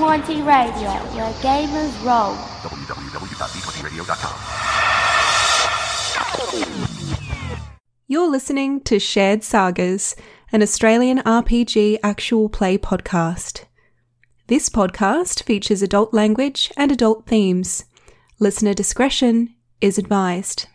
Radio, where gamers roll. You're listening to Shared Sagas, an Australian RPG actual play podcast. This podcast features adult language and adult themes. Listener discretion is advised.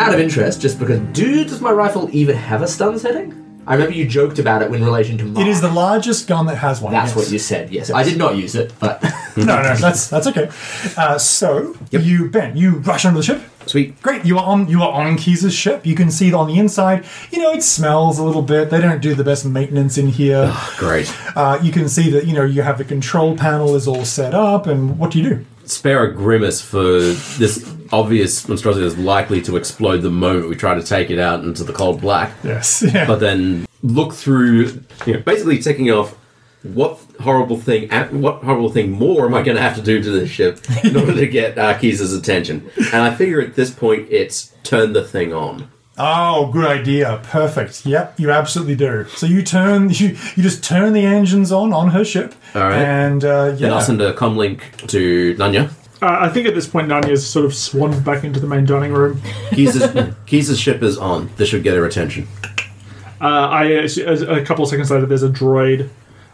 Out of interest, just because, do does my rifle even have a stun setting? I remember you joked about it in relation to mine. It is the largest gun that has one. That's yes. what you said. Yes, I did not use it, but No, no, that's that's okay. Uh, so you, Ben, you rush onto the ship. Sweet. Great, you are on you are on Keys' ship. You can see on the inside. You know it smells a little bit. They don't do the best maintenance in here. Great. Uh, you can see that you know you have the control panel is all set up. And what do you do? Spare a grimace for this obvious monstrosity that's likely to explode the moment we try to take it out into the cold black. Yes, yeah. But then look through, you know, basically taking off what horrible thing, what horrible thing more am I going to have to do to this ship in order to get Arkees' attention? And I figure at this point it's turn the thing on. Oh, good idea. Perfect. Yep, you absolutely do. So you turn you you just turn the engines on on her ship. All right. And uh, Then I'll yeah. send a comlink to Nanya. Uh, I think at this point, Nanya's sort of swaned back into the main dining room. Keys' Keys' ship is on. This should get her attention. Uh, I a couple of seconds later, there's a droid.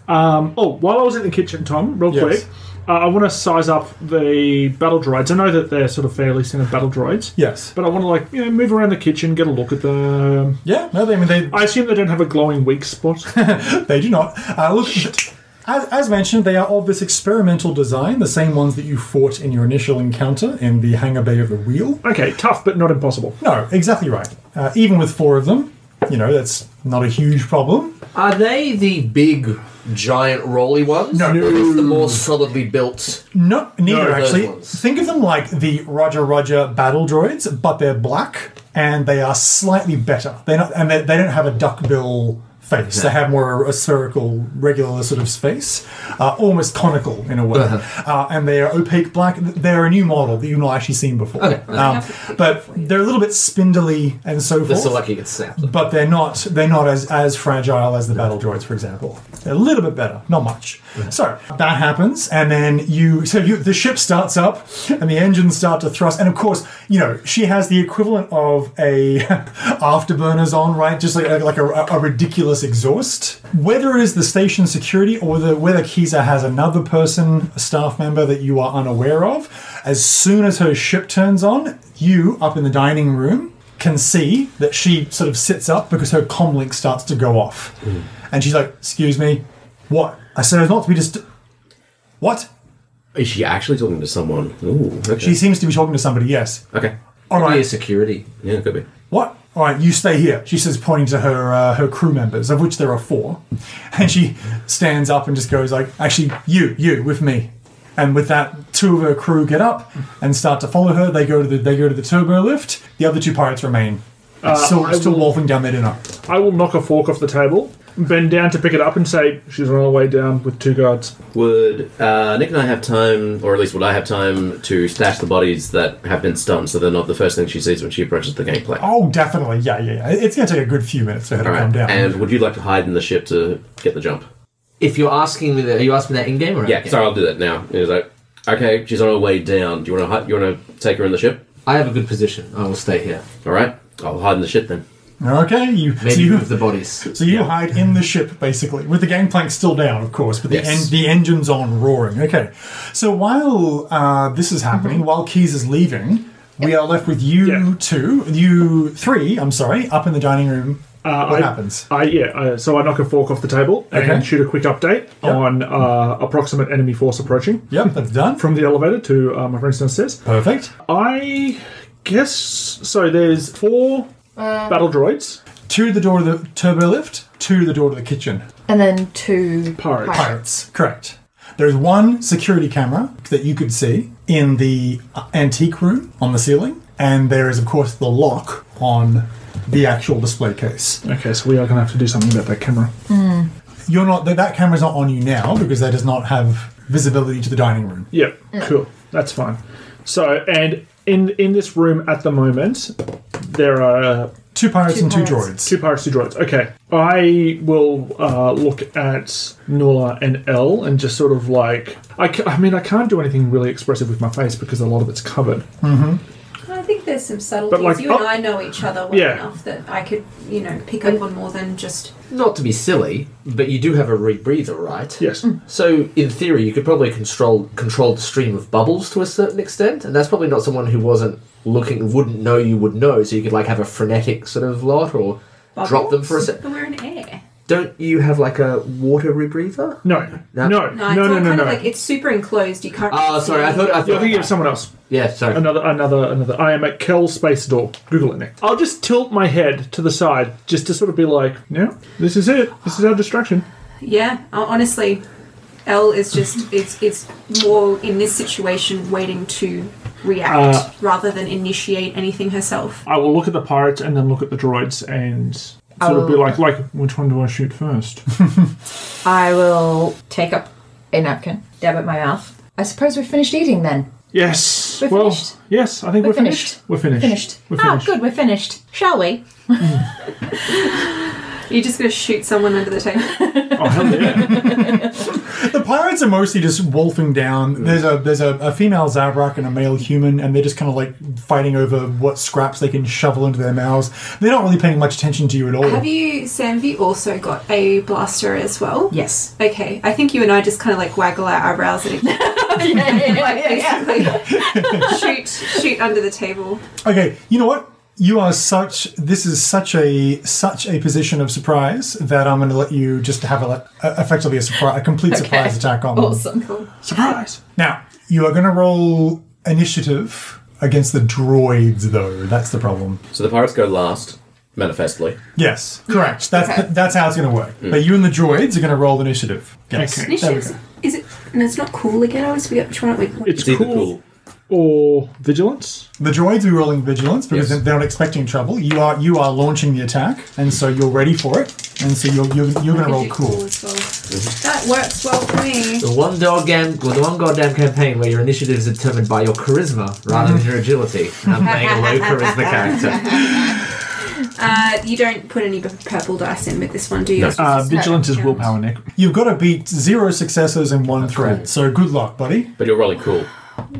Um, oh, while I was in the kitchen, Tom, real Yes. quick, uh, I want to size up the battle droids. I know that they're sort of fairly standard battle droids. Yes. But I want to like you know move around the kitchen, get a look at them. Yeah. No, they, I mean they I assume they don't have a glowing weak spot. They do not. Uh, look, as, as mentioned, they are of this experimental design, the same ones that you fought in your initial encounter in the hangar bay of the wheel. okay, tough but not impossible. No, exactly right. Uh, even with four of them, you know, that's not a huge problem. are they the big, giant, rolly ones? No. Or is the more solidly built. No, neither None of those actually. ones. Think of them like the Roger Roger battle droids, but they're black and they are slightly better. They're not, and they, they don't have a duckbill face. They have more a, spherical, regular sort of face, uh, almost conical in a way. Uh-huh. Uh, and they are opaque black. They're a new model that you've not actually seen before. Um, but they're a little bit spindly and so forth. They're so lucky it's snapped. But they're not they're not as, as fragile as the battle droids, for example. They're a little bit better, not much. So that happens, and then you so you the ship starts up, and the engines start to thrust, and of course you know she has the equivalent of a afterburners on, right? Just like like a, a ridiculous exhaust. Whether it is the station security or whether whether Kiza has another person, a staff member that you are unaware of, as soon as her ship turns on, you up in the dining room can see that she sort of sits up because her comlink starts to go off. And she's like, Excuse me, what? I said, It's not to be just. What? Is she actually talking to someone? Ooh, okay. She seems to be talking to somebody, yes. okay. All Could be a right, security. Yeah, could be. what? All right, you stay here. She says, pointing to her uh, her crew members, of which there are four. And she stands up and just goes like, "Actually, you, you, with me." And with that, two of her crew get up and start to follow her. They go to the they go to the turbo lift. The other two pirates remain, still Uh, I still will- wolfing down their dinner. I will knock a fork off the table, bend down to pick it up, and say she's on her way down with two guards. Would uh, Nick and I have time, or at least would I have time, to stash the bodies that have been stunned so they're not the first thing she sees when she approaches the gangplank? Oh, definitely. Yeah, yeah, yeah. It's going to take a good few minutes for her to All right. come down. And would you like to hide in the ship to get the jump? If you're asking me that, are you asking me that in game or out of Yeah, game? sorry, I'll do that now. He's like, okay, she's on her way down. Do you want to hide? You want to take her in the ship? I have a good position. I will stay here. All right, I'll hide in the ship then. okay, you. So Maybe you, move the bodies. so you hide in the ship, basically, with the gangplank still down, of course, but the, Yes. en- the engine's on roaring. Okay. So while uh, this is happening, while Keys is leaving, we are left with you Mm-hmm. Yeah. two, you three, I'm sorry, up in the dining room. what Uh, I- happens? I, yeah, uh, so I knock a fork off the table and Okay. shoot a quick update on uh, approximate enemy force approaching Yep, that's done. from the elevator to uh, my friend's downstairs. Perfect. I guess so. There's four battle droids, To the door of the turbo lift, to the door to the kitchen. And then two pirates. Pirates, correct. There's one security camera that you could see in the uh, antique room on the ceiling, and there is, of course, the lock on the actual display case. Okay, so we are going to have to do something about that camera. You're not that, that camera's not on you now because that does not have visibility to the dining room. Yeah, cool. That's fine. So, and in in this room at the moment, there are Two pirates Two and two pirates. droids. two pirates, two droids. Okay, I will uh, look at Nola and L and just sort of like I, ca- I mean I can't do anything really expressive with my face because a lot of it's covered. I think there's some subtleties. like, you and oh- I know each other well Yeah. enough that I could, you know, pick up on more than just. Not to be silly, but you do have a rebreather, right? Yes. Hmm. So, in theory, you could probably control control the stream of bubbles to a certain extent, and that's probably not someone who wasn't looking wouldn't know you would know. So you could like have a frenetic sort of lot, or drop them for a bubbles, sec. But we're in air. Don't you have like a water rebreather? No. No. No. No. No, it's No. all No. No. kind of like it's super enclosed. You can't. Oh, really see sorry, I thought Yeah, I I thought. think Oh, it's someone else. yeah, sorry. Another, another, another. I am at Kel Space Door. Google it, Nick. I'll just tilt my head to the side just to sort of be like, yeah, this is it. This is our distraction. Yeah, ho- honestly, L is just it's it's more in this situation waiting to react Uh, rather than initiate anything herself. I will look at the pirates and then look at the droids and sort of Oh. be like, like, which one do I shoot first? I will take up a napkin, dab at my mouth. I suppose we're finished eating then. yes. We're well, finished. yes, I think we're, We're finished. finished. We're finished. Finished. We're oh, finished. good, we're finished. Shall we? You're just gonna shoot someone under the table. Oh, hell yeah. The pirates are mostly just wolfing down. There's a there's a, a female Zabrak and a male human, and they're just kind of like fighting over what scraps they can shovel into their mouths. They're not really paying much attention to you at all. Have you, Samvi, also got a blaster as well? Yes. Okay, I think you and I just kind of like waggle our eyebrows and like basically shoot shoot under the table. Okay, you know what? You are such. This is such a such a position of surprise that I'm going to let you just have a, a effectively a surprise, a complete surprise attack on them. Awesome. Surprise. Now you are going to roll initiative against the droids, though. That's the problem. So the pirates go last, manifestly. Yes, correct. That's Okay. that's how it's going to work. But you and the droids are going to roll initiative. Yes. Okay. There we go. Initiatives. Is it? And it's not cool again. I always forget which one it was. It's, It's either cool. cool. Or vigilance. The droids are rolling vigilance because Yes. they're not expecting trouble. You are you are launching the attack, and so you're ready for it. And so you're you're, you're going to roll cool. as well. Mm-hmm. That works well for me. The one goddamn, well, the one goddamn campaign where your initiative is determined by your charisma rather than your agility. And I'm playing a low charisma character. Uh, you don't put any purple dice in with this one, do you? No. It's Uh, just- vigilance is Yeah. willpower, Nick. You've got to beat zero successes and one threat. So good luck, buddy. But you're rolling cool.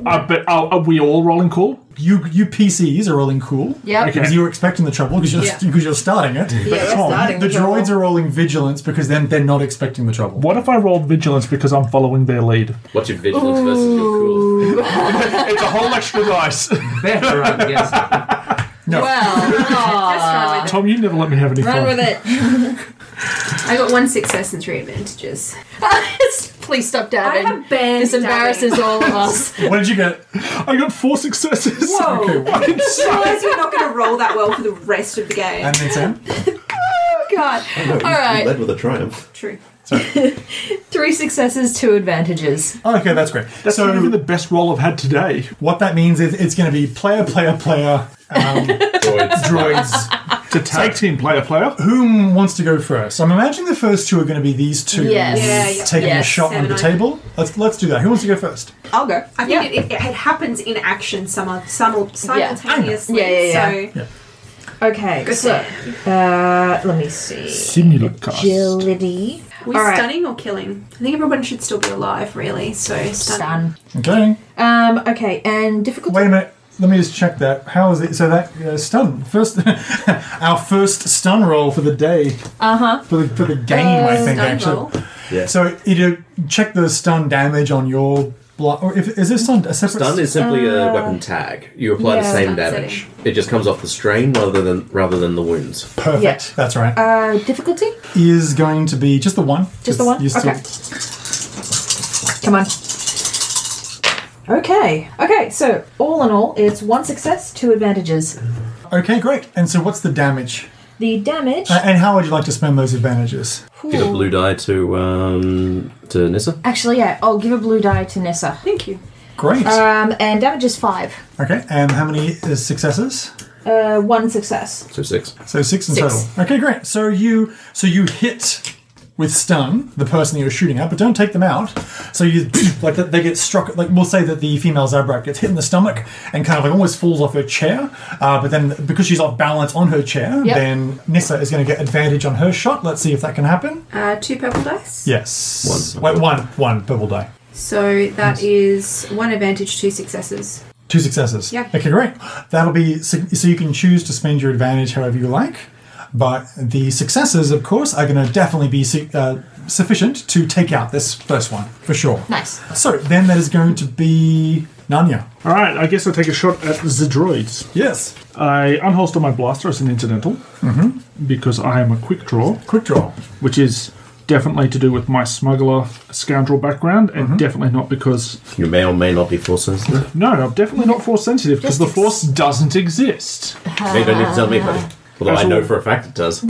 Uh, but are, are we all rolling cool? You you PCs are rolling cool. Yep. Okay. Because you were expecting the trouble because you're, Yeah. because you're starting it. we're Tom, starting the the droids trouble. are rolling vigilance because then they're not expecting the trouble. What if I rolled vigilance because I'm following their lead? What's your vigilance versus your cool? it's a whole extra dice. Better, I'm guessing. Well, Just run with it. Tom, you never let me have any run fun. with it. Ah. I got one success and three advantages. Please stop I dabbing. have banned. This embarrasses all of us. What did you get? I got four successes. Whoa. Okay, what? Otherwise, we're not going to roll that well for the rest of the game. And then Sam? Oh, God. All right. Led with a triumph. True. Three successes, two advantages. Oh, Okay, that's great. That's so not even the best roll I've had today. what that means is it's going to be player, player, player, Droids. droids. To tag team player player. Whom wants to go first? I'm imagining the first two are going to be these two Yes. Yeah, yeah. taking Yes. a shot Sam under the and I. table. Let's let's do that. Who wants to go first? I'll go. I think it, it, it happens in action some, some, simultaneously. Yeah, yeah, yeah. So, Okay, Good. so uh, let me see. Simulacast. Agility. we All right. stunning or killing? I think everyone should still be alive, really. So, stunning. Done. Okay. Um, okay, and difficult. Wait a minute. Let me just check that. How is it? So that uh, stun first, our first stun roll for the day Uh huh. for the for the game. Uh, I Stun think actually. roll. So you check the stun damage on your block, or if is there stun a separate Stun is simply a weapon tag. You apply yeah. the same Stun damage. It just comes off the strain rather than rather than the wounds. perfect. Yeah. That's right. Uh, difficulty? is going to be just the one. Just the one? You still- Okay. Come on. Okay, okay, so all in all, it's one success, two advantages. Okay, great. And so what's the damage? The damage. Uh, and how would you like to spend those advantages? Give a Ooh. blue die to um to Nissa. Actually, yeah, I'll give a blue die to Nessa. Thank you. Great. Um, and damage is five. okay, and how many uh, successes? Uh, one success. So six. So six in Six. total. Okay, great. So you so you hit with stun the person that you're shooting at, but don't take them out. So you like that they get struck. Like we'll say that the female Zabrak gets hit in the stomach and kind of like almost falls off her chair. Uh, but then because she's off balance on her chair, Yep. then Nissa is going to get advantage on her shot. Let's see if that can happen. Uh, two purple dice. Yes, One. Wait, one, one purple die. So that is one advantage, two successes. Two successes. Yeah. Okay, great. That'll be so so you can choose to spend your advantage however you like, but the successes, of course, are going to definitely be su- uh, sufficient to take out this first one for sure. Nice. So then that is going to be Nanya. All right, I guess I'll take a shot at the droids. Yes. I unholster my blaster as an incidental because I am a quick draw, Quick draw. which is definitely to do with my smuggler scoundrel background, and definitely not because You may or may not be force sensitive. no, no, definitely not force sensitive because Just the ex- force doesn't exist. They don't need to tell me, buddy. Although I know for a fact it does.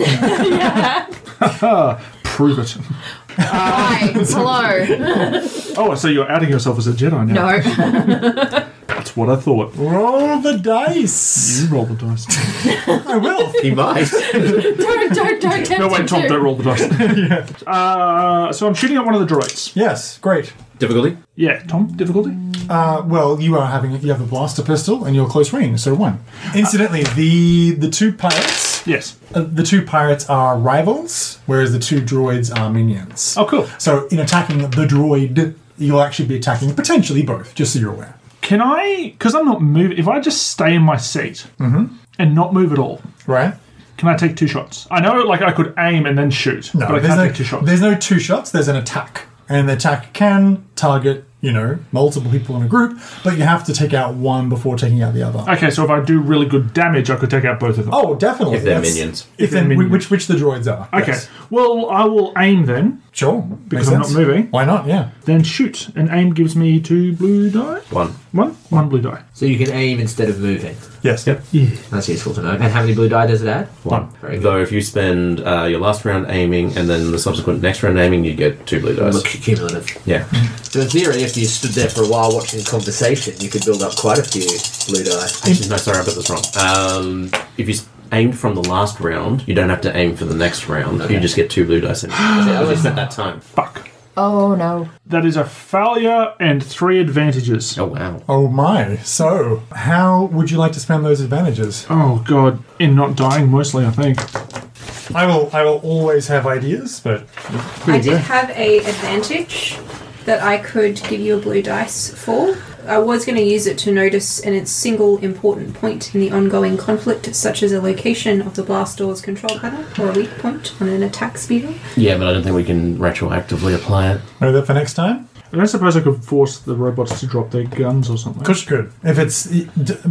Prove it. Hi. Hello. Oh, so you're outing yourself as a Jedi now? No. That's what I thought. Roll the dice. You roll the dice. I will. He might. don't don't don't tempt no, wait, me Tom, to. don't roll the dice. uh, so I'm shooting at one of the droids. Yes. Great. Difficulty? Yeah, Tom, difficulty? Uh, well, you are having you have a blaster pistol and you're close range, so one. Incidentally, the the two pirates Yes. Uh, the two pirates are rivals, whereas the two droids are minions. Oh, cool. So in attacking the droid, you'll actually be attacking potentially both, just so you're aware. Can I, because I'm not moving, if I just stay in my seat Mm-hmm. and not move at all, Right? can I take two shots? I know, like, I could aim and then shoot, No, but I there's can't no, take two shots. there's no two shots, there's an attack. And the attack can target, you know, multiple people in a group, but you have to take out one before taking out the other. Okay, so if I do really good damage, I could take out both of them. Oh, definitely. If they're that's- minions. If, they're they're minions. Which, which the droids are. okay. Yes. Well, I will aim then, Sure. Because Makes I'm not sense. moving. Why not? Yeah. then shoot. And aim gives me two blue die. One. One? One blue die. So you can aim instead of moving. Yes. Yep. That's useful to know. And how many blue die does it add? One. Very good. Though if you spend uh, your last round aiming and then the subsequent next round aiming, you get two blue dice. Look, cumulative. Yeah. So in theory, if you stood there for a while watching conversation, you could build up quite a few blue die. Actually, no, sorry, I put this wrong. Um, if you s- aimed from the last round, you don't have to aim for the next round. You just get two blue dice. In. At least at that time. Fuck. Oh no. That is a failure and three advantages. Oh wow. Oh my. So, how would you like to spend those advantages? Oh god, in not dying mostly, I think. I will. I will always have ideas, but I did have a advantage that I could give you a blue dice for. I was going to use it to notice in its single important point in the ongoing conflict, such as a location of the blast door's control panel or a weak point on an attack speeder. Yeah, but I don't think we can retroactively apply it. know that for next time. And I suppose I could force the robots to drop their guns or something. Kush good. If it's d-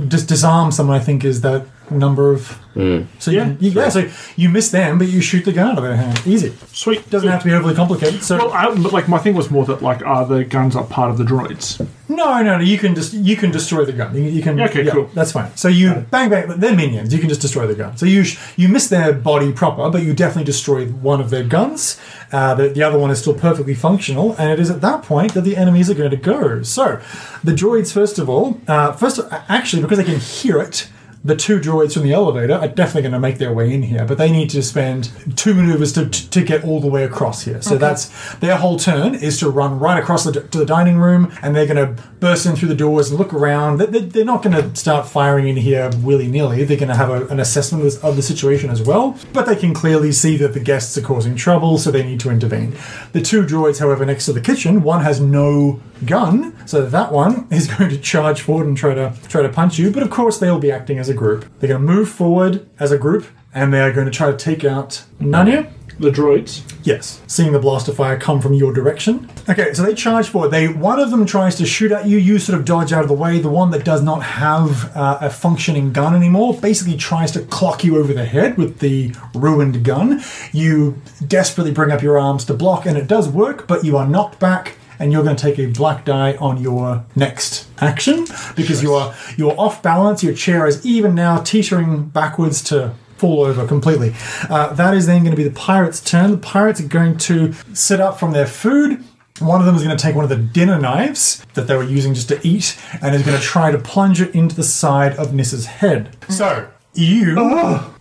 just disarm someone, I think is that number of. So you Yeah. can- you, yeah. So you miss them, but you shoot the gun out of their hand. Easy. Sweet. Doesn't have to be overly complicated. So Well, I, but like my thing was more that like, are the guns are part of the droids? no, no, no. You can just you can destroy the gun. You, you can. Yeah, okay, cool. That's fine. So you bang bang. but They're minions. You can just destroy the gun. So you sh- you miss their body proper, but you definitely destroy one of their guns. Uh, the, the other one is still perfectly functional, and it is at that point that the enemies are going to go. So the droids, first of all, uh, first actually because they can hear it. the two droids from the elevator are definitely going to make their way in here, but they need to spend two maneuvers to, to, to get all the way across here. So that's their whole turn is to run right across the, d- to the dining room, and they're going to burst in through the doors and look around. They, they, they're not going to start firing in here willy nilly. They're going to have a, an assessment of, of the situation as well, but they can clearly see that the guests are causing trouble, so they need to intervene. The two droids, however, next to the kitchen, one has no gun, so that one is going to charge forward and try to try to punch you. But of course, they'll be acting as a group. They're going to move forward as a group, and they are going to try to take out Nanya. The droids. Yes, seeing the blaster fire come from your direction. Okay, so they charge forward. They one of them tries to shoot at you. You sort of dodge out of the way. The one that does not have uh, a functioning gun anymore basically tries to clock you over the head with the ruined gun. You desperately bring up your arms to block, and it does work, but you are knocked back. And you're going to take a black die on your next action because you are you are off balance. Your chair is even now teetering backwards to fall over completely. Uh, that is then going to be the pirates' turn. The pirates are going to sit up from their food. One of them is going to take one of the dinner knives that they were using just to eat and is going to try to plunge it into the side of Nissa's head. So, you,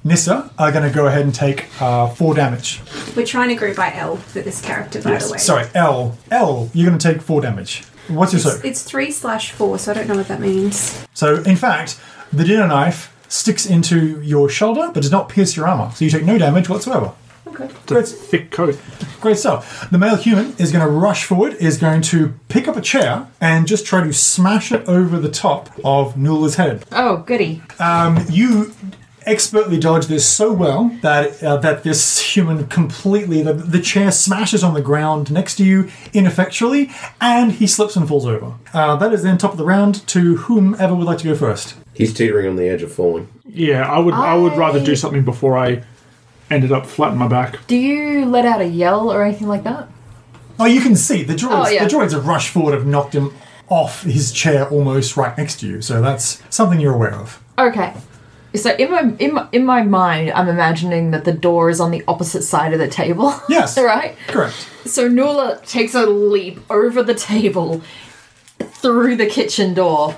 Nissa, are going to go ahead and take uh, four damage. We're trying to go by L for this character, by the way. Sorry, L. L, you're going to take four damage. What's your soak? It's, it's three slash four, so I don't know what that means. So, in fact, the dinner knife sticks into your shoulder but does not pierce your armor, so you take no damage whatsoever. Okay. Great, Thick coat. great stuff. The male human is going to rush forward, is going to pick up a chair and just try to smash it over the top of Nula's head. Um, Oh, goody. You expertly dodge this so well that uh, that this human completely the, the chair smashes on the ground next to you ineffectually, and he slips and falls over. Uh, that is then top of the round to whomever would like to go first. He's teetering on the edge of falling. Yeah, I would. I... would rather do something before I ended up flat on my back. Do you let out a yell or anything like that? Oh, you can see the droids. Oh, yeah. The droids have rushed forward, have knocked him off his chair almost right next to you. So that's something you're aware of. Okay. So in my in my, in my mind, I'm imagining that the door is on the opposite side of the table. Yes. right. Correct. So Nula takes a leap over the table through the kitchen door.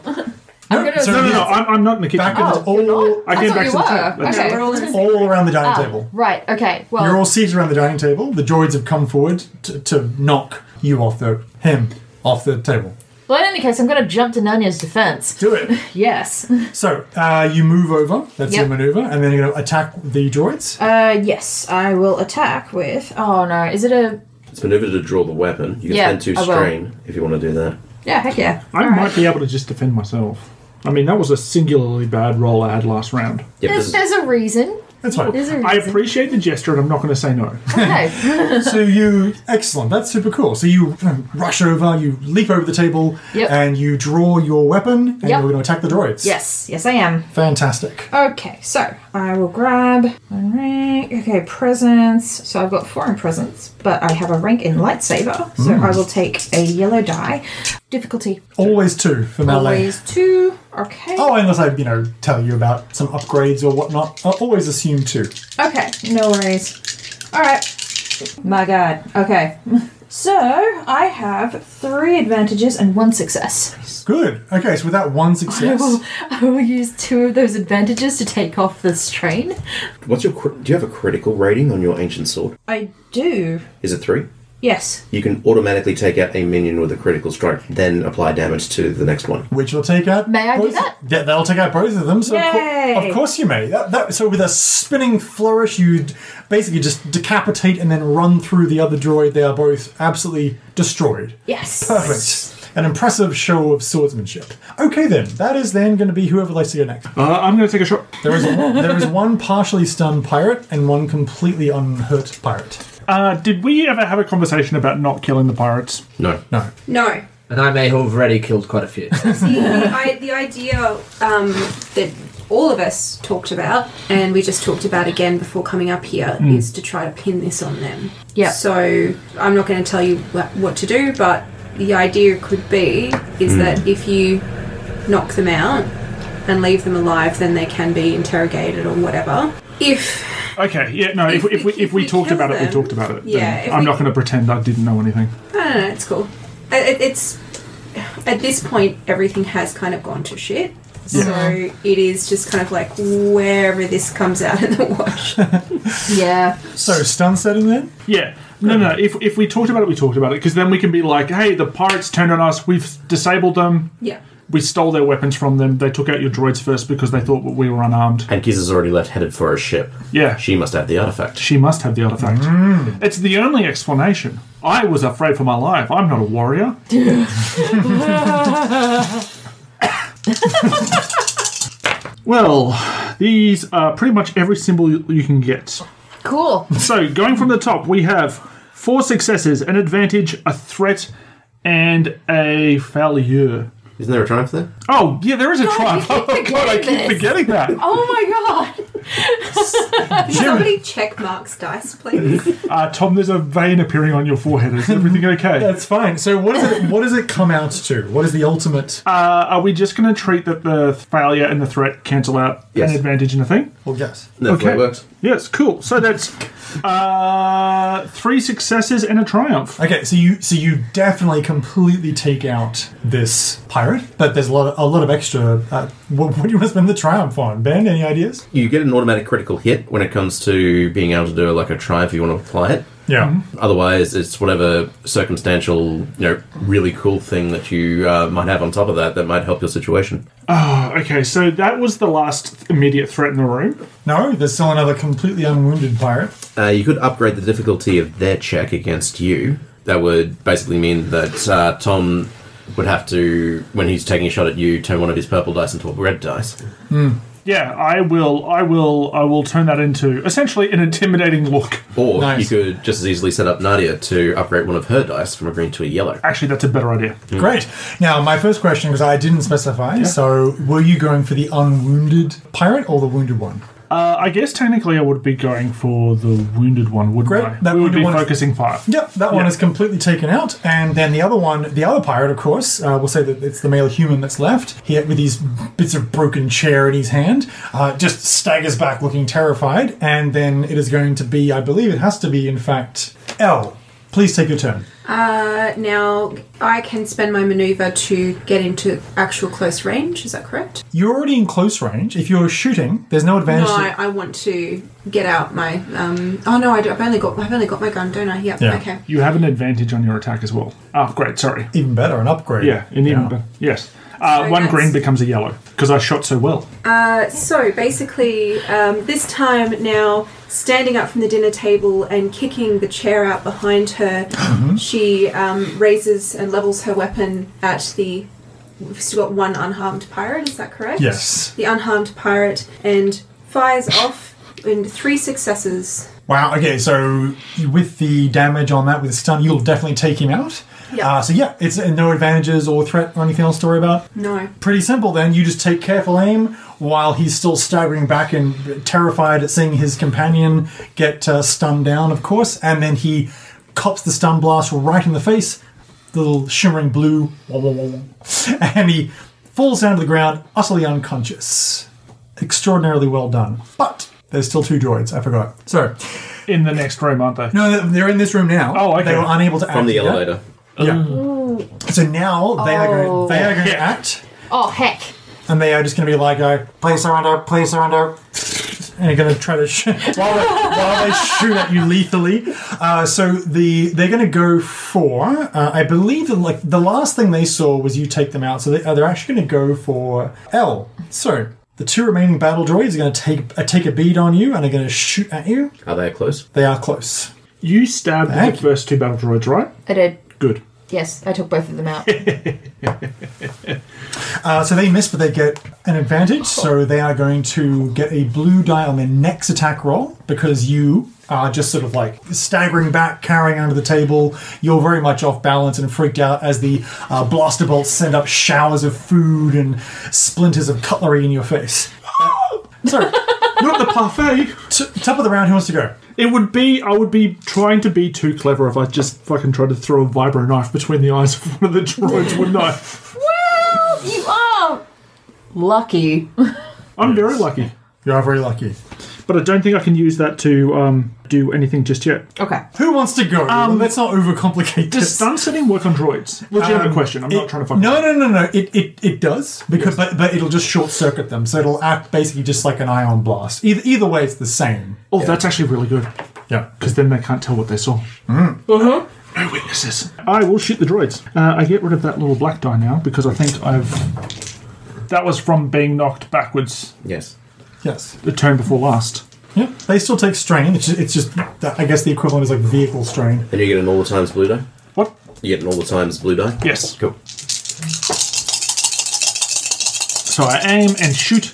I'm gonna. so No, no, no. Yeah. I'm, I'm not in the kitchen. Back oh, into you're all- not? Oh. I came thought back you to the were. table. Okay. We're all in the same- All around the dining table. Right. Okay. Well, You're all seated around the dining table. The droids have come forward to, to knock you off the him off the table. well. In any case, I'm gonna jump to Nanya's defense. Do it. Yes. so uh, you move over. That's Yep. your maneuver, and then you're going to attack the droids. Uh, yes, I will attack with. Oh no, is it a? It's maneuver to draw the weapon. You can Yeah, spend two I will. strain if you want to do that. Yeah, heck yeah. I might be able to just defend myself. I mean, that was a singularly bad roll I had last round. Yep, There's, this is- there's a reason. That's fine. There's a I reason. appreciate the gesture, and I'm not going to say no. okay. so you excellent that's super cool so you um, rush over you leap over the table Yep. and you draw your weapon and Yep. you're going to attack the droids yes, yes, I am. fantastic Okay, so I will grab my rank. Okay, presence. So I've got foreign presence, but I have a rank in lightsaber. So Hmm. I will take a yellow die. Difficulty always two for melee always two. Okay. oh unless i you know tell you about some upgrades or whatnot i always assume two Okay, no worries. All right. My god. Okay. So I have three advantages and one success. good okay so with that one success I will use two of those advantages to take off this train. What's your? cri- Do you have a critical rating on your ancient sword? I do. Is it three? Yes. You can automatically take out a minion with a critical strike, then apply damage to the next one. which will take out. May I do both- that? Yeah, that'll take out both of them. So of, cour- Yay! of course you may. That, that, so with a spinning flourish, you basically just decapitate and then run through the other droid. They are both absolutely destroyed. Yes. Perfect. An impressive show of swordsmanship. Okay, then that is then going to be whoever likes to go next. Uh, I'm going to take a shot. There is there is one partially stunned pirate and one completely unhurt pirate. Uh, did we ever have a conversation about not killing the pirates? No. No, No. And I may have already killed quite a few. The, the, I, the idea um, that all of us talked about, and we just talked about again before coming up here, is to try to pin this on them. Yeah. So I'm not going to tell you wh- what to do, but the idea could be is that if you knock them out and leave them alive, then they can be interrogated or whatever. If Okay, yeah, no. If, If- if we if, if we, we talked kill about it, we them- talked about it. Yeah, then if I'm we- not going to pretend I didn't know anything. I don't know, it's cool. It, it, it's at this point everything has kind of gone to shit. So it is just kind of like wherever this comes out in the wash. Yeah. so stun setting then. Yeah. No, no. If, if we talked about it, we talked about it because then we can be like, "Hey, the pirates turned on us. We've disabled them. yeah. We stole their weapons from them. They took out your droids first because they thought we were unarmed." And Giz has already left headed for a ship. Yeah. She must have the artifact. She must have the artifact. It's the only explanation. I was afraid for my life. I'm not a warrior. well, these are pretty much every symbol you you can get. Cool. So, going from the top, we have four successes, an advantage, a threat, and a failure. Isn't there a triumph there? Oh, yeah, there is a triumph. keep Oh, God, I keep forgetting this. forgetting that. Oh my god. Can somebody check Mark's dice, please? Uh, Tom, there's a vein appearing on your forehead. Is everything okay? That's fine. So what is it? What does it come out to? What is the ultimate? Uh, are we just going to treat that the failure and the threat cancel out Yes. an advantage and a thing? Well, yes. No, Okay. it works. Yes, cool. So that's Uh, three successes and a triumph. Okay, so you so you definitely completely take out this pirate, but there's a lot of, a lot of extra. Uh, what, what do you want to spend the triumph on, Ben? Any ideas? You get an automatic critical hit when it comes to being able to do like a triumph if you want to apply it. Yeah, Otherwise, it's whatever circumstantial, you know, really cool thing that you uh, might have on top of that that might help your situation. Okay, so that was the last immediate threat in the room. no, there's still another completely unwounded pirate. Uh, you could upgrade the difficulty of their check against you. That would basically mean that uh, Tom would have to, when he's taking a shot at you, turn one of his purple dice into a red dice. Yeah, I will, I will, I will turn that into essentially an intimidating look. Or Nice. you could just as easily set up Nadia to upgrade one of her dice from a green to a yellow. Actually, that's a better idea. Great. Now, my first question, because I didn't specify, so were you going for the unwounded pirate or the wounded one? Uh, I guess technically I would be going for the wounded one, wouldn't Great, I? that we would wounded be one is- focusing fire. Yep, that one Yeah. is completely taken out, and then the other one, the other pirate, of course, uh, we'll say that it's the male human that's left. He with these bits of broken chair in his hand, uh, just staggers back, looking terrified, and then it is going to be, I believe, it has to be, in fact, L. Please take your turn. Uh, now I can spend my maneuver to get into actual close range. Is that correct? You're already in close range. If you're shooting, there's no advantage. No, to- I, I want to get out my. Um, oh no, I do, I've only got I've only got my gun, don't I? Yep. Yeah. Okay. You have an advantage on your attack as well. Ah, great. Sorry. even better, an upgrade. Yeah, and even better. Yes. Uh, So one green that's- becomes a yellow because I shot so well. Uh, so basically, um, this time now, standing up from the dinner table and kicking the chair out behind her, Mm-hmm. she um, raises and levels her weapon at the. We've still got one unharmed pirate. Is that correct? Yes. the unharmed pirate and fires off in three successes. Wow. Okay. So with the damage on that, with the stun, you'll definitely take him out. Yeah. Uh, so yeah, it's uh, no advantages or threat or anything else to worry about. No. Pretty simple then. You just take careful aim while he's still staggering back and terrified at seeing his companion get uh, stunned down, of course, and then he cops the stun blast right in the face, little shimmering blue, and he falls down to the ground, utterly unconscious. Extraordinarily well done. But there's still two droids. I forgot. So In the next room, aren't they? no, they're- they're in this room now. Oh, okay. They were unable to act From the yet. elevator. Yeah. So now they are going. They are going to Yeah. act, Oh, heck. and they are just going to be like, uh, "Please surrender! Please surrender!" And they're going to try to sh- while, they, while they shoot at you lethally. Uh, so the they're going to go for. Uh, I believe that like the last thing they saw was you take them out. So they, uh, they're actually going to go for L. So. The two remaining battle droids are going to take uh, take a bead on you and are going to shoot at you. Are they close? They are close. You stabbed Thank the first two battle droids, right? I did. Good. Yes, I took both of them out. Uh, so they miss, but they get an advantage. So they are going to get a blue die on their next attack roll because you are just sort of like staggering back, carrying under the table. You're very much off balance and freaked out as the uh, blaster bolts send up showers of food and splinters of cutlery in your face. so, Not the parfait. t- top of the round, who wants to go? It would be. I would be trying to be too clever if I just fucking tried to throw a vibro knife between the eyes of one of the droids, wouldn't I? well, you are lucky. I'm very lucky, You are very lucky. but I don't think I can use that to um, do anything just yet. Okay. Who wants to go? Let's not overcomplicate Does this. stun setting work on droids? Legitimate Um, question. I'm it- not trying to fucking. No, no, no, no. It it, it does because but, but it'll just short circuit them, so it'll act basically just like an ion blast. Either either way, it's the same. Oh, that's actually really good Yeah. because then they can't tell what they saw. Mm. Uh-huh. No witnesses. I will shoot the droids. Uh, I get rid of that little black die now because I think I've. That was from being knocked backwards Yes. Yes. the turn before last. Yeah. They still take strain. It's just, it's just that- I guess the equivalent is like vehicle strain. And you get an all the times blue die? What? You get an all the times blue die? Yes. Cool. So I aim and shoot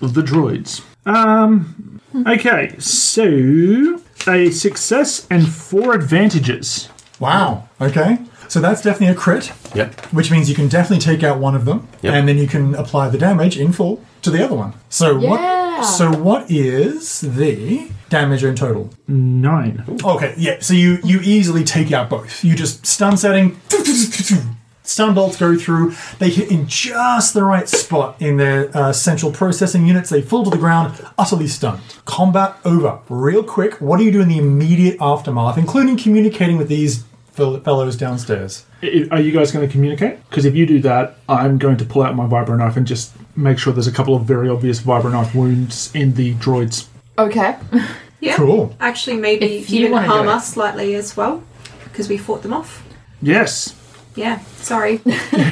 the droids. Um. Okay, so a success and four advantages. Wow. Okay. So that's definitely a crit, Yep. which means you can definitely take out one of them, Yep. and then you can apply the damage in full to the other one. So Yeah. what? So what is the damage in total? Nine. Okay, yeah. So you you easily take out both. You just stun setting, Stun bolts go through. They hit in just the right spot in their uh, central processing units. They fall to the ground, utterly stunned. Combat over. Real quick, what do you do in the immediate aftermath, including communicating with these fel- fellows downstairs? I- Are you guys going to communicate? Because if you do that, I'm going to pull out my vibro knife and just make sure there's a couple of very obvious vibro knife wounds in the droids. Okay. Yeah. Cool. Actually, maybe If you even wanna do harm it. us slightly as well because we fought them off. Yes. Yeah. Sorry.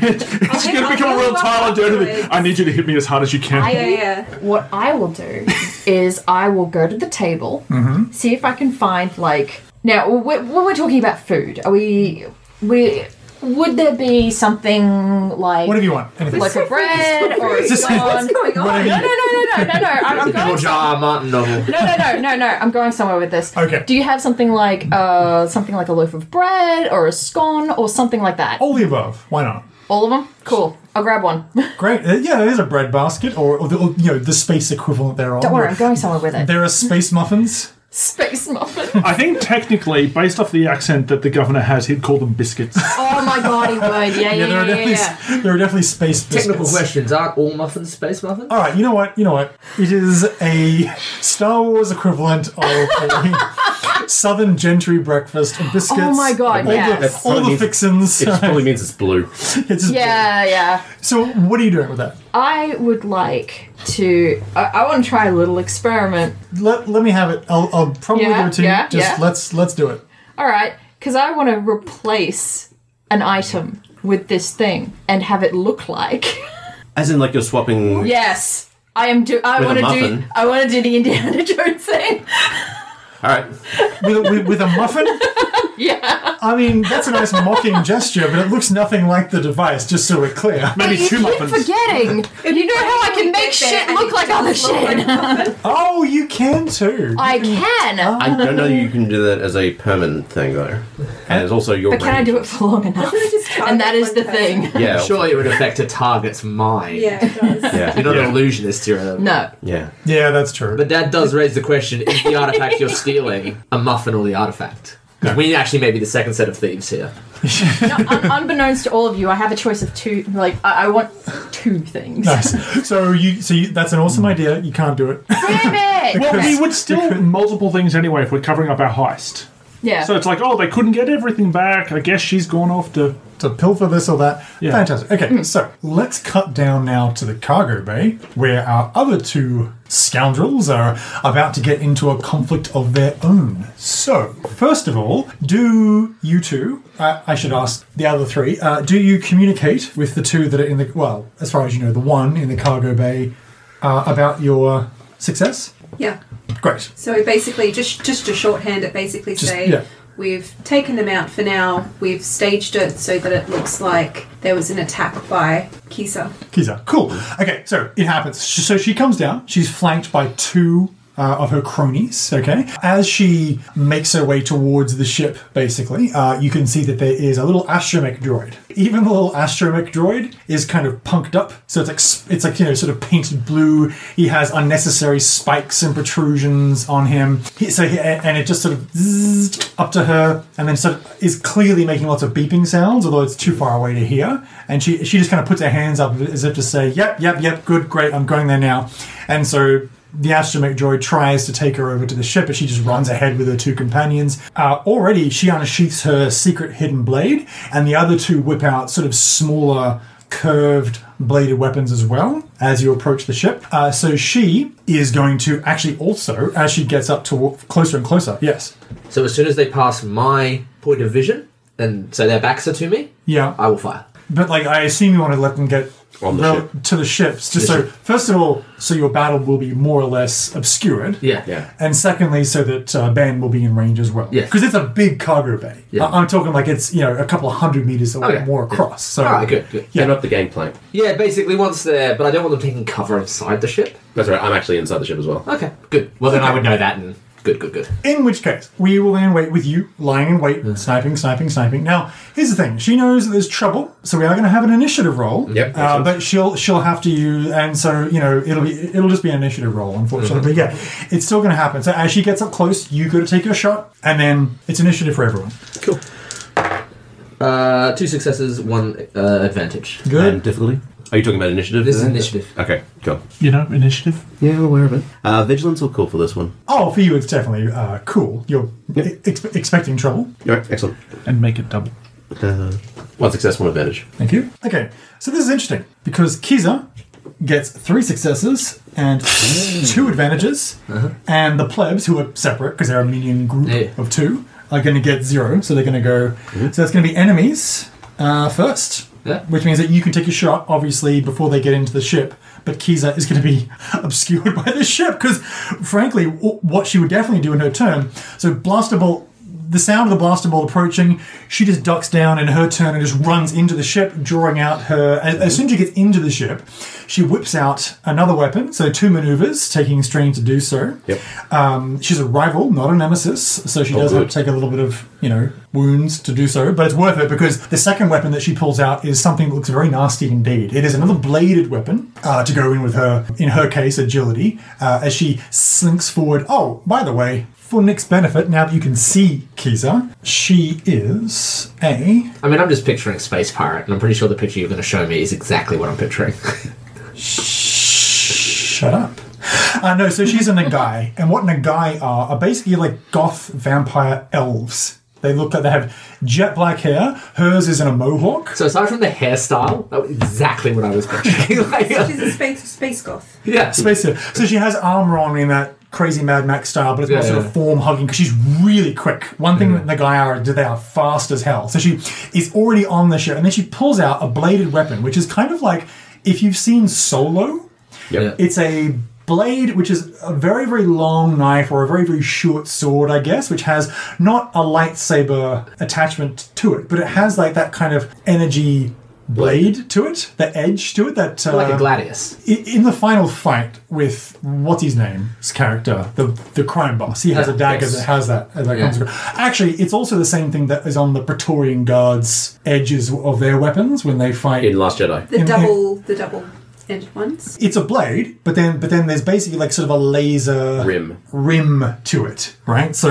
It's going to become a real Tyler Durden. I need you to hit me as hard as you can. I- Yeah, yeah. What I will do is I will go to the table, Mm-hmm. see if I can find like now wh- when we're talking about food, are we we would there be something like Whatever you want. Anything. like a bread or a Just- scone? What's going on? No, no, no, no, no, no, no. I'm, I'm going. George R. R. Martin novel. No, no, no, no, no. I'm going somewhere with this. Okay. Do you have something like uh something like a loaf of bread or a scone or something like that? All the above. Why not? All of them? Cool. I'll grab one. Great. Uh, yeah, there's a bread basket or, or, the, or you know the space equivalent thereof. Don't worry, I'm going somewhere with it. There are space muffins. Space muffin. I think technically, based off the accent that the governor has, he'd call them biscuits. Oh my god, he would. Yeah, Yeah, yeah, there are yeah, yeah. definitely yeah. there are definitely space biscuits. Technical questions. Aren't all muffins space muffins? Oh, All right, you know what? You know what? It is a Star Wars equivalent of a Southern gentry breakfast and biscuits. Oh my God, All yes. the, all the fixins. It just probably means it's blue. It's just- Yeah, yeah. So what are you doing with that? I would like to. I, I want to try a little experiment. Let, let me have it. I'll, I'll probably Yeah, give it to you. yeah, just yeah. let's let's do it. All right, because I want to replace an item with this thing and have it look like. As in, like you're swapping. yes, I am do. I With a want to do. muffin. I want to do the Indiana Jones thing. All right. With a, with, with a muffin. yeah. I mean, that's a nice mocking gesture, but it looks nothing like the device. Just so we're clear. Maybe you two keep muffins. forgetting. you know how I If we can get make there shit and look it like doesn't other look like shit. nothing, Oh, you can too. I can, I don't know that you can do that as a permanent thing though, and it's also your. but can I do it range. for long enough? just And that target is one the person. thing. Yeah, Surely it would affect a target's mind. Yeah, it does. Yeah, You're not yeah. an illusionist, you're a... No. Yeah. yeah, that's true. But that does raise the question, is the artifact you're stealing a muffin or the artifact? We actually may be the second set of thieves here. Un- unbeknownst to all of you, I have a choice of two. Like, I, I want two things. nice. So you, so you, that's an awesome idea. You can't do it. Damn it! Well, Okay. we would steal multiple things anyway if we're covering up our heist. yeah. So it's like, oh, they couldn't get everything back. I guess she's gone off to. to pilfer this or that. Yeah. Fantastic. Okay, so let's cut down now to the cargo bay where our other two scoundrels are about to get into a conflict of their own. So, first of all, do you two, uh, I should ask the other three, uh, do you communicate with the two that are in the, well, as far as you know, the one in the cargo bay uh, about your success? Yeah. Great. So we basically just just to shorthand it, basically Just- say yeah. we've taken them out for now. We've staged it so that it looks like there was an attack by Kisa. Kiza. Cool. Okay, so it happens. Sh- So she comes down. She's flanked by two uh, of her cronies. Okay, as she makes her way towards the ship, basically, uh, you can see that there is a little astromech droid. Even the little astromech droid is kind of punked up, so it's like s- it's like you know sort of painted blue. He has unnecessary spikes and protrusions on him. He, so he, and and it just sort of zzz up to her, and then sort of is clearly making lots of beeping sounds, although it's too far away to hear. And she she just kind of puts her hands up as if to say, "Yep, yep, yep, good, great, I'm going there now." And so the astromech droid tries to take her over to the ship, but she just runs ahead with her two companions. Uh, already, she unsheaths her secret hidden blade, and the other two whip out sort of smaller curved bladed weapons as well as you approach the ship. Uh, so she is going to actually also, as she gets up to closer and closer, yes, So as soon as they pass my point of vision, and so their backs are to me, yeah. I will fire. but like, I assume you want to let them get On the ship. to the ships. Just The so, ship. first of all, so your battle will be more or less obscured. Yeah. Yeah. And secondly, so that uh, Ben will be in range as well. Yes. Because it's a big cargo bay. Yeah. Oh, I- am talking like it's, you know, a couple of hundred meters or Okay. more across. So, Alright, good, good. Get up the gangplank. Yeah, basically once they're but I don't want them taking cover inside the ship. That's right. I'm actually inside the ship as well. Okay. Good. Well then I would know that and good, good, good. In which case, we will then wait with you, lying in wait, sniping, sniping, sniping. Now, here's the thing: she knows that there's trouble, so we are going to have an initiative roll. Yep, makes Uh, sense. but she'll she'll have to use, and so you know it'll be it'll just be an initiative roll, unfortunately. Mm-hmm. But yeah, it's still going to happen. So as she gets up close, you go to take your shot, and then it's initiative for everyone. Cool. Uh, two successes, one uh, advantage. Oh. Good. And difficulty? Are you talking about initiative? This is initiative. Okay, cool. You know, initiative. Yeah, I'm aware of it. Uh, vigilance or cool for this one? Oh, for you, it's definitely uh, cool. You're Yep. ex- expecting trouble. All right, excellent. And make it double. Uh, one success, one advantage. Thank you. Okay, so this is interesting because Kiza gets three successes and two advantages, and the plebs, who are separate because they're a minion group Yeah. of two, are going to get zero. So they're going to go. So it's going to be enemies uh, first, Yeah. which means that you can take your shot, obviously, before they get into the ship. But Kiza is going to be obscured by the ship because, frankly, w- what she would definitely do in her turn. So, Blastable the sound of the blaster ball approaching, she just ducks down in her turn and just runs into the ship, drawing out her. As, as soon as she gets into the ship, she whips out another weapon. So two maneuvers, taking strain to do so. Yep. Um, she's a rival, not a nemesis, so she Oh, does have good. to take a little bit of you know wounds to do so. But it's worth it because the second weapon that she pulls out is something that looks very nasty indeed. It is another bladed weapon uh, to go in with her. In her case, agility uh, as she slinks forward. Oh, by the way. For Nick's benefit, now that you can see Kiza, she is a. I mean, I'm just picturing Space Pirate, and I'm pretty sure the picture you're going to show me is exactly what I'm picturing. Shut up. Uh, no, so she's a Nagai, and what Nagai are are basically like goth vampire elves. They look like they have jet black hair. Hers is in a mohawk. so aside from the hairstyle, that was exactly what I was picturing. Like, She's a space space goth. yeah. Space hair. So she has armor on in that crazy Mad Max style, but it's more Yeah, sort yeah. Mm. of form hugging because she's really quick. One thing that Nagai are is they are fast as hell. So she is already on the ship, and then she pulls out a bladed weapon, which is kind of like if you've seen Solo. Yep. It's a blade, which is a very, very long knife or a very, very short sword, I guess, which has not a lightsaber attachment to it, but it has like that kind of energy blade to it, the edge to it. That uh, Like a gladius. i- in the final fight with what's his name's character, the the crime boss, he has Yeah, a dagger yes. that has that. as that Yeah. comes across. Actually, it's also the same thing that is on the Praetorian guards' edges of their weapons when they fight In Last Jedi. The In- double the double edged ones. it's a blade, but then but then there's basically like sort of a laser Rim. rim to it, right? So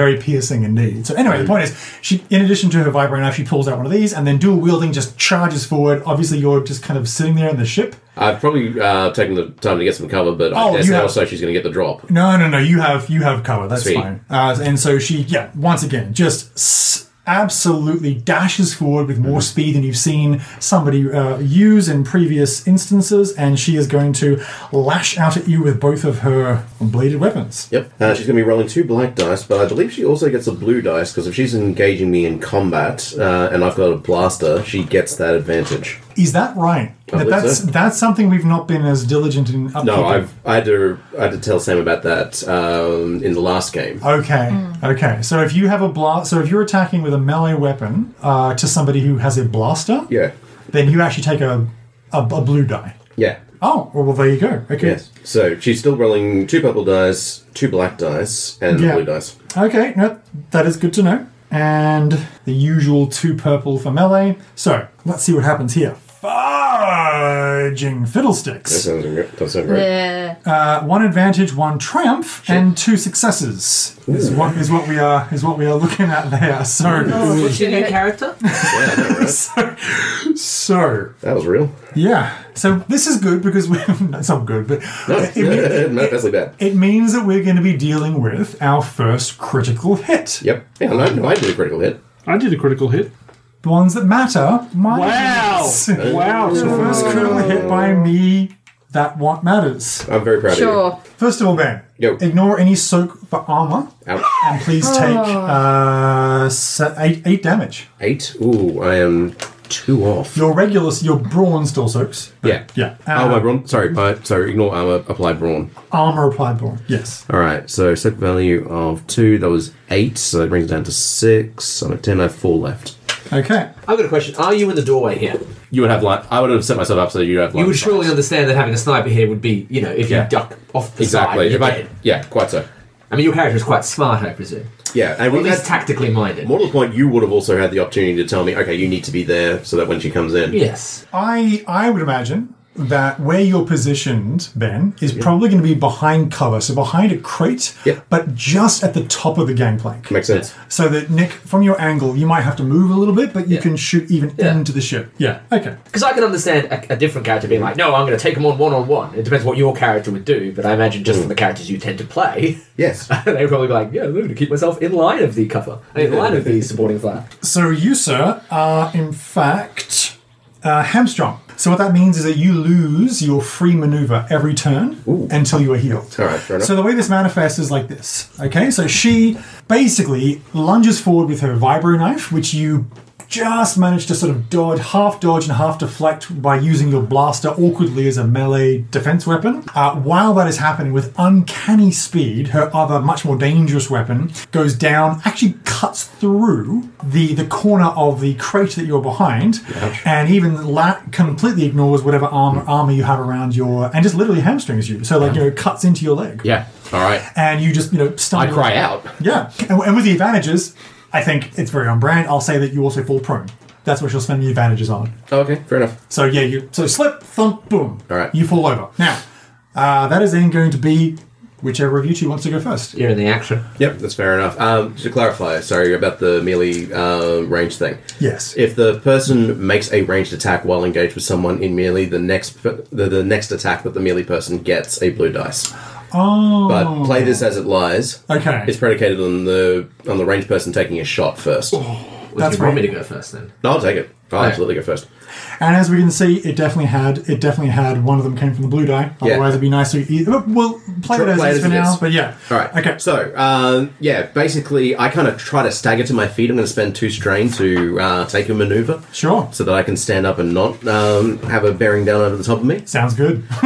very piercing indeed. So anyway, the point is, she in addition to her vibro knife, she pulls out one of these and then dual wielding just charges forward. Obviously, you're just kind of sitting there in the ship. I've probably uh, taken the time to get some cover, but Oh, I guess you have- also she's going to get the drop. No, no, no. You have you have cover. That's Sweet. fine. Uh, and so she, yeah, once again, just s- absolutely dashes forward with more speed than you've seen somebody uh, use in previous instances, and she is going to lash out at you with both of her bladed weapons. Yep. Uh, she's going to be rolling two black dice, but I believe she also gets a blue dice because if she's engaging me in combat uh, and I've got a blaster, she gets that advantage. Is that right? That I believe that's so. that's something we've not been as diligent in. Upkeeping. No, I've I had to I had to tell Sam about that um, in the last game. Okay. Okay. So if you have a blast, so if you're attacking with a melee weapon uh, to somebody who has a blaster, Yeah. then you actually take a, a a blue die. Yeah. Oh, well, there you go. Okay. Yes. So she's still rolling two purple dice, two black dice, and a Yeah. blue dice. Okay, no, that is good to know. And the usual two purple for melee. So let's see what happens here. Fudging That fiddlesticks. sounds great. That sounds great. Uh, Uh, one advantage, one triumph, and two successes. Is what is what we are is what we are looking at there. So What's your new character? Yeah, I know, right? so That was real. yeah. So this is good because we it's not good, but No, it, it, not that's bad. it means that we're going to be dealing with our first critical hit. Yep. Yeah, no, no, I did a critical hit. I did a critical hit. The ones that matter. My Wow! wow! The So first critical hit by me, that what matters. I'm very proud of sure. First of all, Ben, Yo. ignore any soak for armor you. Ouch. and please take uh, se- eight, eight damage. Eight. Ooh, I am two off. Your regular, your brawn still soaks. but Yeah. Yeah. oh, my Uh, brawn. Sorry, but sorry. Ignore armor. Apply brawn. Armor applied brawn. Yes. All right. So set value of two. That was eight. So that brings it down to six. I'm at ten. I have four left. Okay. I've got a question. Are you in the doorway here? You would have line. I would have set myself up so you'd have line. You would of surely sight. understand that having a sniper here would be, you know, if Yeah. you duck off the exactly. side, you're If I- dead. yeah, quite so. I mean, your character is quite smart, I presume. Yeah, and Or we at least had, tactically minded. more to the point, you would have also had the opportunity to tell me, okay, you need to be there, so that when she comes in, Yes. I I would imagine that where you're positioned, Ben, is probably going to be behind cover, so behind a crate, Yep. but just at the top of the gangplank. Makes sense. So that Nick, from your angle, you might have to move a little bit, but you can shoot even Yeah. into the ship. Yeah. Okay. Because I can understand a, a different character being like, no, I'm going to take them on one on one. It depends what your character would do, but I imagine just for the characters you tend to play, Yes. they'd probably be like, yeah, I'm going to keep myself in line of the cover, in line of the supporting flyer. So you, sir, are in fact uh, hamstrung. So what that means is that you lose your free maneuver every turn until you are healed. All right, fair enough. So the way this manifests is like this. Okay, so she basically lunges forward with her vibro knife, which you just manage to sort of dodge, half dodge and half deflect by using your blaster awkwardly as a melee defense weapon. Uh, while that is happening, with uncanny speed, her other much more dangerous weapon goes down, actually cuts through the the corner of the crate that you're behind, and even la- completely ignores whatever armor armor you have around your, and just literally hamstrings you. So like you know, cuts into your leg Yeah. All right. and you just you know I stumble. cry out. Yeah, and, and with the advantages, I think it's very on brand. I'll say that you also fall prone. That's what you'll spend the advantages on. Oh, okay. Fair enough. So yeah, you so slip, thump, boom. All right. you fall over. Now, uh, that is then going to be whichever of you two wants to go first. You're in the action. Yep, that's fair enough. Um, to clarify, sorry about the melee uh, range thing. Yes. If the person makes a ranged attack while engaged with someone in melee, the next per- the, the next attack that the melee person gets a blue dice. Oh, But play this as it lies. okay. It's predicated on the on the ranged person taking a shot first. That's That's you want me right. to go first then? No, I'll take it. I'll Okay. absolutely go first. And as we can see, it definitely had it definitely had one of them came from the blue die. Yeah. Otherwise, it'd be nice to e- well play it Try- as play it is as for it now. is. But yeah, All right. Okay. So, um, yeah, basically, I kind of try to stagger to my feet. I'm going to spend two strain to uh, take a maneuver. Sure. So that I can stand up and not um, have a bearing down over the top of me. Sounds good.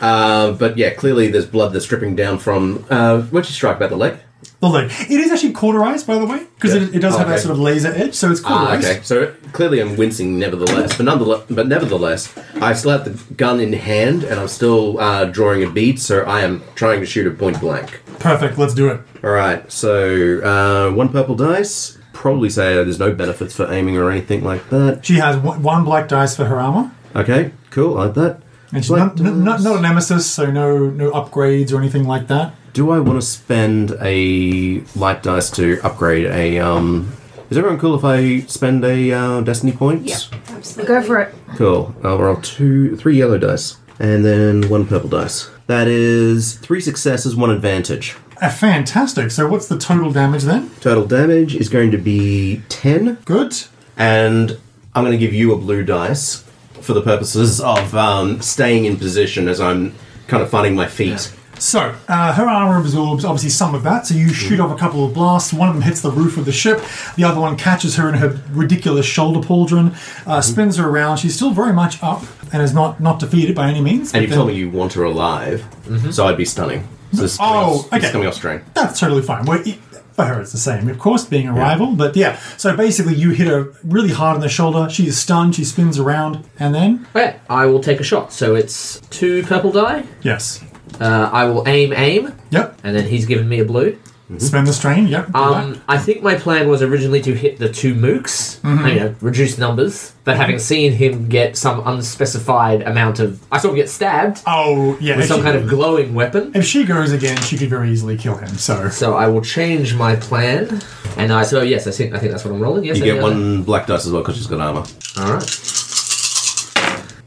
Uh, but yeah, clearly there's blood that's dripping down from. Uh, what'd you strike about the leg? the leg. It is actually cauterized, by the way, because Yeah. it, it does Oh, have that okay. sort of laser edge, so it's Ah, cauterized. okay. So clearly I'm wincing, nevertheless. But nonetheless, but nevertheless, I still have the gun in hand and I'm still uh, drawing a bead. So I am trying to shoot a point blank. Perfect. Let's do it. All right, so uh, one purple dice. Probably say there's no benefits for aiming or anything like that. She has one, one black dice for her armor, Okay, cool, I like that. and she's Black not, n- not, dice. not a nemesis, so no no upgrades or anything like that. Do I want to spend a light dice to upgrade a? Um, is everyone cool if I spend a uh, destiny point? Yeah, absolutely. Go for it. Cool. I'll roll two, three yellow dice, and then one purple dice. That is three successes, one advantage. Uh, fantastic. So what's the total damage then? Total damage is going to be ten. Good. and I'm going to give you a blue dice for the purposes of um, staying in position as I'm kind of finding my feet. So uh, her armor absorbs obviously some of that. So you shoot off a couple of blasts. One of them hits the roof of the ship. The other one catches her in her ridiculous shoulder pauldron, uh, Mm-hmm. spins her around. She's still very much up and is not not defeated by any means. And but you've then- told me you want her alive, so I'd be stunning. So this is coming Oh, off, this is okay. coming off string. That's totally fine. Well, it, for her, it's the same, of course, being a rival. But yeah, so basically, you hit her really hard on the shoulder. She is stunned. She spins around, and then Okay, Oh, I will take a shot. So it's two purple die. yes, Uh, I will aim, aim, yep, and then he's given me a blue. spin the strain. Yep. do that. Mm-hmm. Um, I think my plan was originally to hit the two mooks, you know, reduce numbers. But having seen him get some unspecified amount of, I saw him get stabbed oh yeah. with If some she, kind of glowing weapon. if she goes again, she could very easily kill him. So So I will change my plan, and I so yes, I think I think that's what I'm rolling. Yes, You any get other- one black dice as well because she's got armor. All right.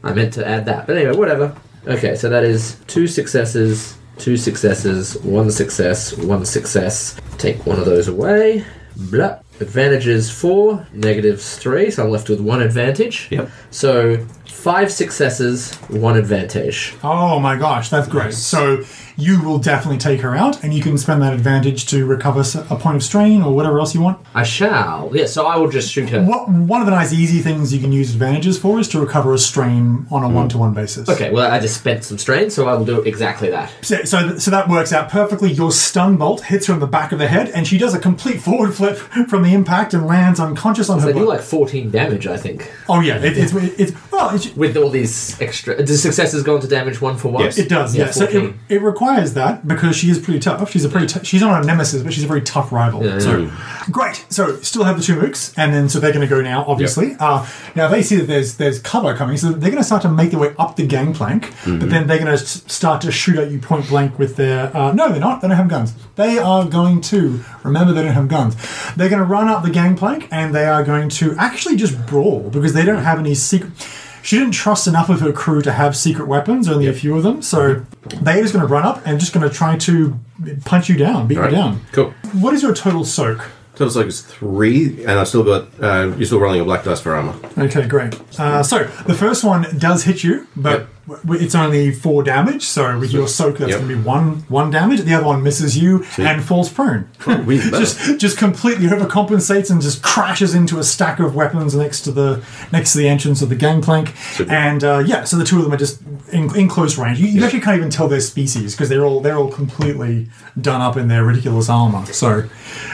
I meant to add that, but anyway, whatever. Okay, so that is two successes, two successes, one success, one success. Take one of those away. Blah. Advantages four, negatives three, so I'm left with one advantage. Yep. So five successes, one advantage. oh my gosh, that's great. So you will definitely take her out, and you can spend that advantage to recover s- a point of strain or whatever else you want. I shall. Yeah, so I will just shoot her. What one of the nice easy things you can use advantages for is to recover a strain on a Mm-hmm. one-to-one basis. Okay, well, I just spent some strain, so I will do exactly that. So, so, so that works out perfectly. Your stun bolt hits her in the back of the head, and she does a complete forward flip from the impact and lands unconscious on So her I do butt. like 14 damage, I think. oh yeah, it, it's it's well, which With all these extra, the successes go into damage one for one. Yes. It does, Yeah, yeah. So it, 14. it requires that because she is pretty tough. She's a pretty t- she's not a nemesis, but she's a very tough rival. So great. So still have the two mooks, and then so they're going to go now. Obviously, uh, now they see that there's there's cover coming, so they're going to start to make their way up the gangplank. But then they're going to s- start to shoot at you point blank with their. Uh, no, they're not. They don't have guns. They are going to remember they don't have guns. They're going to run up the gangplank, and they are going to actually just brawl because they don't have any secret. She didn't trust enough of her crew to have secret weapons, only a few of them. So they're just going to run up and just going to try to punch you down, beat Right. you down. Cool. What is your total soak? Total psych is three, and I've still got. Uh, you're still rolling a black dice for armor. Okay, great. Uh, so the first one does hit you, but w it's only four damage. So with your soak, that's Yep. going to be one one damage. The other one misses you and falls prone. we just just completely overcompensates and just crashes into a stack of weapons next to the next to the entrance of the gangplank. And uh, yeah, so the two of them are just in, in close range. You, you actually can't even tell their species because they're all they're all completely done up in their ridiculous armor. So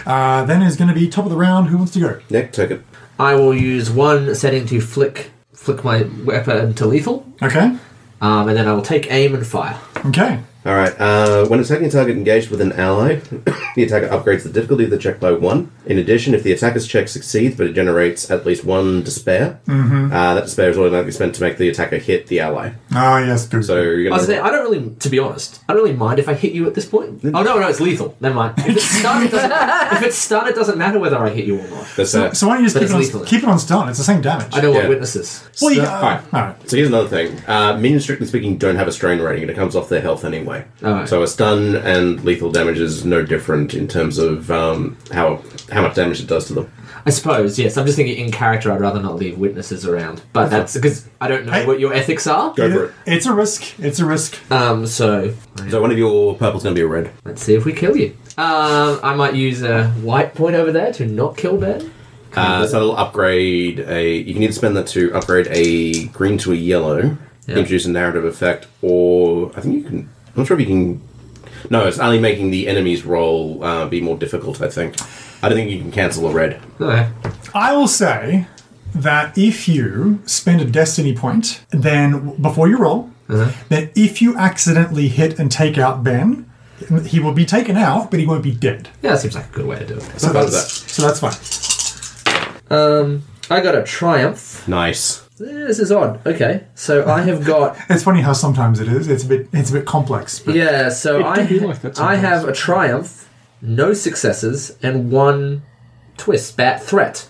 uh, then is going to be top of the round. Who wants to go? Nick took it. I will use one setting to flick flick my weapon to lethal, Okay. um, and then I will take aim and fire. Okay. All right. Uh, when attacking target engaged with an ally, the attacker upgrades the difficulty of the check by one. In addition, if the attacker's check succeeds but it generates at least one despair, Mm-hmm. uh, that despair is automatically spent to make the attacker hit the ally. Ah, yes, good. So you're I, gonna. was saying, I don't really, to be honest, I don't really mind if I hit you at this point. Oh no, no, it's lethal. Never mind. If it's stun, it doesn't, if it's stun, it doesn't matter whether I hit you or not. that's, uh, so why don't you just But keep it, it's on, lethal. keep it on stun? It's the same damage. I don't want Yeah. witnesses. Well, you- All right. all right. So here's another thing. Uh, minions, strictly speaking, don't have a strain rating, and it comes off their health anyway. Alright. So a stun and lethal damage is no different in terms of um, how how much damage it does to them. I suppose yes. I'm just thinking in character. I'd rather not leave witnesses around, but that's because I don't know Hey. what your ethics are. Go for it. It's a risk. It's a risk. Um, so So one of your purple's going to be a red. let's see if we kill you. Um, I might use a white point over there to not kill Ben. Uh, so it'll upgrade a. You can either spend that to upgrade a green to a yellow, Yeah. introduce a narrative effect, or I think you can. I'm not sure if you can. No, it's only making the enemy's roll uh, be more difficult. I think. I don't think you can cancel a red. Okay. I will say that if you spend a destiny point, then before you roll, Uh-huh. then if you accidentally hit and take out Ben, he will be taken out, but he won't be dead. Yeah, that seems like a good way to do it. So about that's so that's fine. Um, I got a triumph. Nice. This is odd. Okay, so I have got It's funny how sometimes it is. It's a bit it's a bit complex. But yeah. So It I can be like that I sometimes. have a triumph, no successes, and one twist bat threat.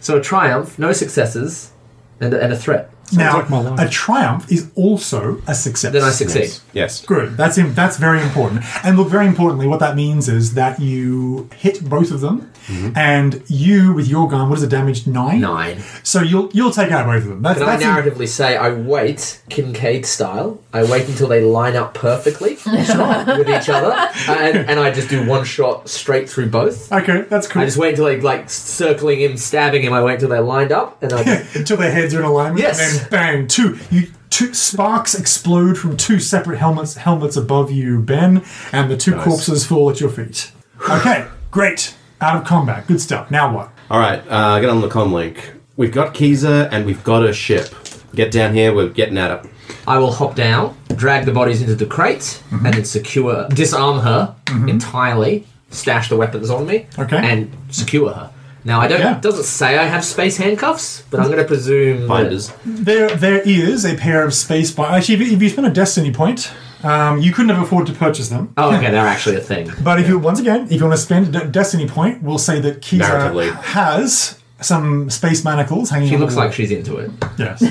So a triumph, no successes, and and a threat. now like my life. a triumph is also a success. Then I succeed. Yes. Good. That's im- that's very important. And look, very importantly, what that means is that you hit both of them, Mm-hmm. and you with your gun. What is the damage? Nine. Nine. So you'll you'll take out both of them. That's Can I that's im- narratively say I wait, Kincaid style? I wait until they line up perfectly with each other, uh, and, and I just do one shot straight through both. okay. That's cool. I just wait until they like circling him, stabbing him. I wait until they're lined up, and I Until their heads are in alignment. Yes. And then bang, two you two sparks explode from two separate helmets helmets above you, Ben, and the two corpses fall at your feet. Okay, great. Out of combat. Good stuff. Now what? All right. Uh, get on the com link. We've got Keezer and we've got a ship. Get down here. We're getting at it. I will hop down, drag the bodies into the crate, Mm-hmm. and then secure, disarm her entirely, stash the weapons on me, Okay. and secure her. Now I don't. Yeah. It doesn't say I have space handcuffs, but I'm going to presume Binders. There there is a pair of space bi- actually if you- if you spent a destiny point, um, you couldn't have afforded to purchase them. That, oh, okay, they're actually a thing. But if you once again, if you want to spend a de- destiny point, we'll say that Kiza Narratively. has some space manacles hanging. She on the looks wall. like she's into it, yes,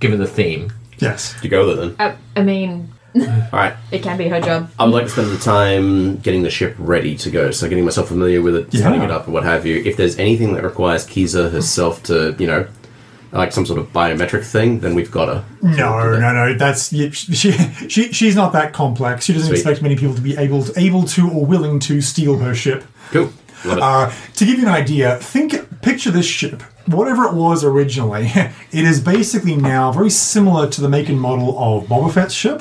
given the theme. yes. You go there then. I, Uh, I mean, All right. it can be her job. I would like to spend the time getting the ship ready to go, so getting myself familiar with it, setting it up, or what have you. If there's anything that requires Kiza herself to, you know, like some sort of biometric thing, then we've got her. No, no, no. That's you- she. She she's not that complex. She doesn't Sweet. expect many people to be able to, able to or willing to steal her ship. Cool. Love it. Uh, to give you an idea, think picture this ship, whatever it was originally. It is basically now very similar to the make and model of Boba Fett's ship.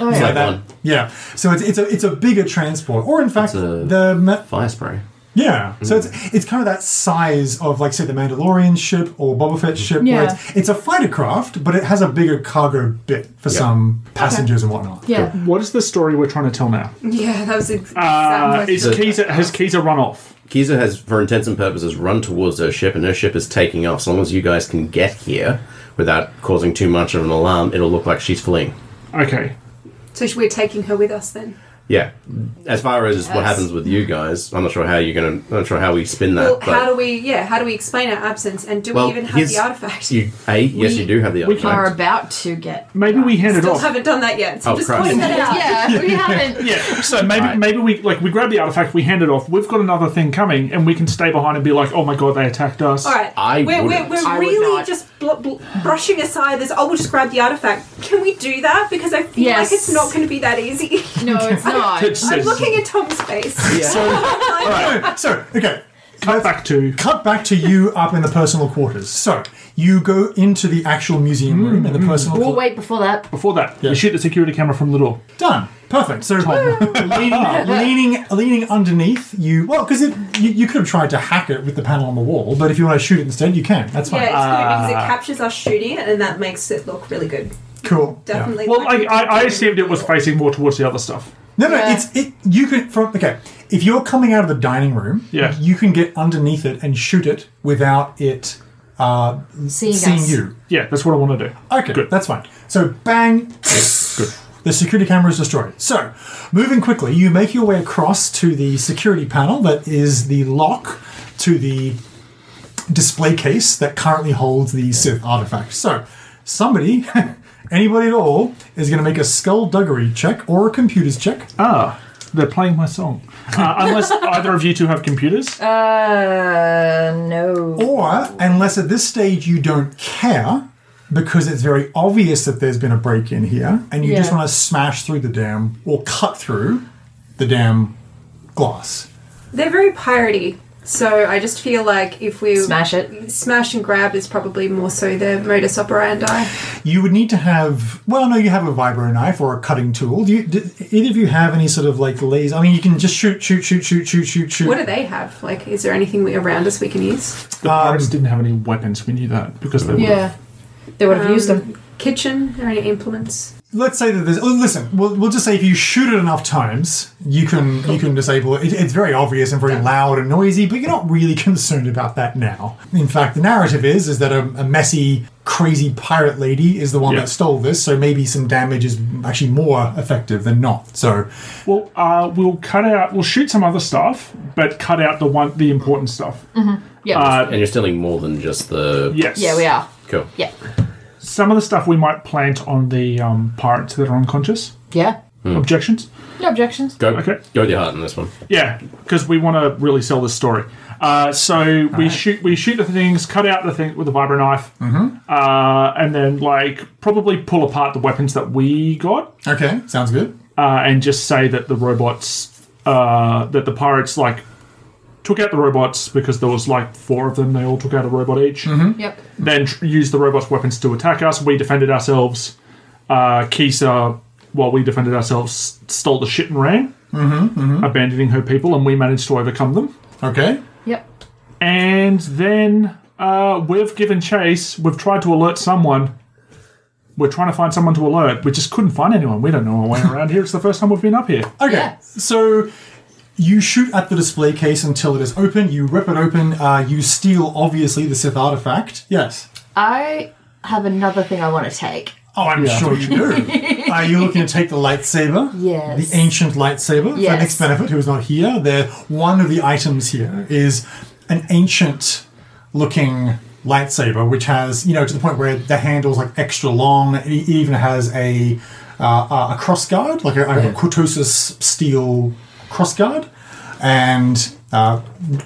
Oh, It's yeah. like one Yeah. So it's it's a it's a bigger transport, or in fact a- the ma- fire spray. Hmm. Yeah. So it's it's kind of that size of like say the Mandalorian ship or Boba Fett ship Yeah. where it's, it's a fighter craft, but it has a bigger cargo bit for some passengers and whatnot. Yeah. What is the story we're trying to tell now? Yeah, that was ex- Uh, exactly. is Keita, has Keita run off? Kiza has, for intents and purposes, run towards her ship, and her ship is taking off. So long as you guys can get here without causing too much of an alarm, it'll look like she's fleeing. Okay. so we're taking her with us then. Yeah. As far as what happens with you guys, I'm not sure how you're gonna. I'm not sure how we spin that. Well, but how do we? Yeah, how do we explain our absence? And do Well, we even have here's- the artifact? you? A yes, We- you do have the we artifact. Are about to get. Maybe we hand it Still off. haven't done that yet. So Oh, just Christ. point that out. Yeah, we haven't. yeah, so maybe Right. maybe we like we grab the artifact, we hand it off. We've got another thing coming, and we can stay behind and be like, "Oh my god, they attacked us!" All right, I we're, we're, wouldn't. we're I would really not. just bl- bl- brushing aside this. Oh, we'll just grab the artifact. Can we do that? Because I feel Yes. like it's not going to be that easy. No, it's not. It I'm says- looking at Tom's face. So okay. cut back to Cut back to you up in the personal quarters. So you go into the actual museum room Hmm. in the personal We'll quarters. wait before that. before that. You shoot the security camera from the door. Done. Perfect. So leaning, leaning, leaning underneath you. Well, because it you, you could have tried to hack it with the panel on the wall, but if you want to shoot it instead, you can. That's Yeah, fine. it's good because Uh, it captures us shooting it, and that makes it look really good. cool. Yeah. Definitely. Well, I, I, I assumed it was facing more towards the other stuff. No, no, Yeah. it's it. You can from okay. If you're coming out of the dining room, Yeah. you can get underneath it and shoot it without it uh, Seeing, seeing us. you. Yeah, that's what I want to do. Okay, Good. that's fine. So bang, the security camera is destroyed. So, moving quickly, you make your way across to the security panel that is the lock to the display case that currently holds the Sith artifact. So, somebody, anybody at all, is going to make a skullduggery check or a computers check. Ah, they're playing my song. Uh, unless either of you two have computers. Uh, no. Or, unless at this stage you don't care, because it's very obvious that there's been a break in here, and you just Yeah. want to smash through the dam or cut through the dam glass. They're very piratey, so I just feel like if we Smash it. smash and grab is probably more so the modus operandi. You would need to have, well, no, you have a vibro knife or a cutting tool. Do, you, do either of you have any sort of like laser? I mean, you can just shoot, shoot, shoot, shoot, shoot, shoot, shoot. What do they have? Like, is there anything we, around us we can use? the Um, pirates didn't have any weapons. We knew that because they were. Um, Yeah. Um, They would have used them. Kitchen? Are any implements? Let's say that there's. Oh, listen, we'll, we'll just say if you shoot it enough times, you can you can disable it. it. It's very obvious and very loud and noisy, but you're not really concerned about that now. In fact, the narrative is is that a, a messy, crazy pirate lady is the one Yeah. that stole this, so maybe some damage is actually more effective than not. So, Well, uh, we'll cut out. We'll shoot some other stuff, but cut out the one the important stuff. Yeah. Uh, and you're stealing more than just the. yes. Mm-hmm. yeah, we are. Cool. Yeah. Some of the stuff we might plant on the um, pirates that are unconscious. Yeah. Hmm. Objections. No objections. Go. Okay. Go with your heart on this one. Yeah, because we want to really sell this story. Uh, so we shoot we shoot the things, cut out the thing with a vibro knife, uh, and then like probably pull apart the weapons that we got, okay, sounds good. uh, and just say that the robots uh, that the pirates like took out the robots because there was like four of them. They all took out a robot each. Yep. Then tr- used the robots' weapons to attack us. We defended ourselves. Uh, Kisa, while we defended ourselves, stole the shit and ran, abandoning her people, and we managed to overcome them. Okay, Yep. And then uh, we've given chase. We've tried to alert someone. We're trying to find someone to alert. We just couldn't find anyone. We don't know our way around here. It's the first time we've been up here. okay. Yeah. So you shoot at the display case until it is open. You rip it open. Uh, you steal obviously the Sith artifact. Yes. I have another thing I want to take. Oh, I'm sure you do. Are you looking to take the lightsaber? Yes. The ancient lightsaber. For Yes. Nick's benefit, who is not here, there one of the items here is an ancient looking lightsaber, which has you know to the point where the handle's like extra long. It e- even has a uh, a cross guard, like a, a kurtosis steel cross guard, and. Uh,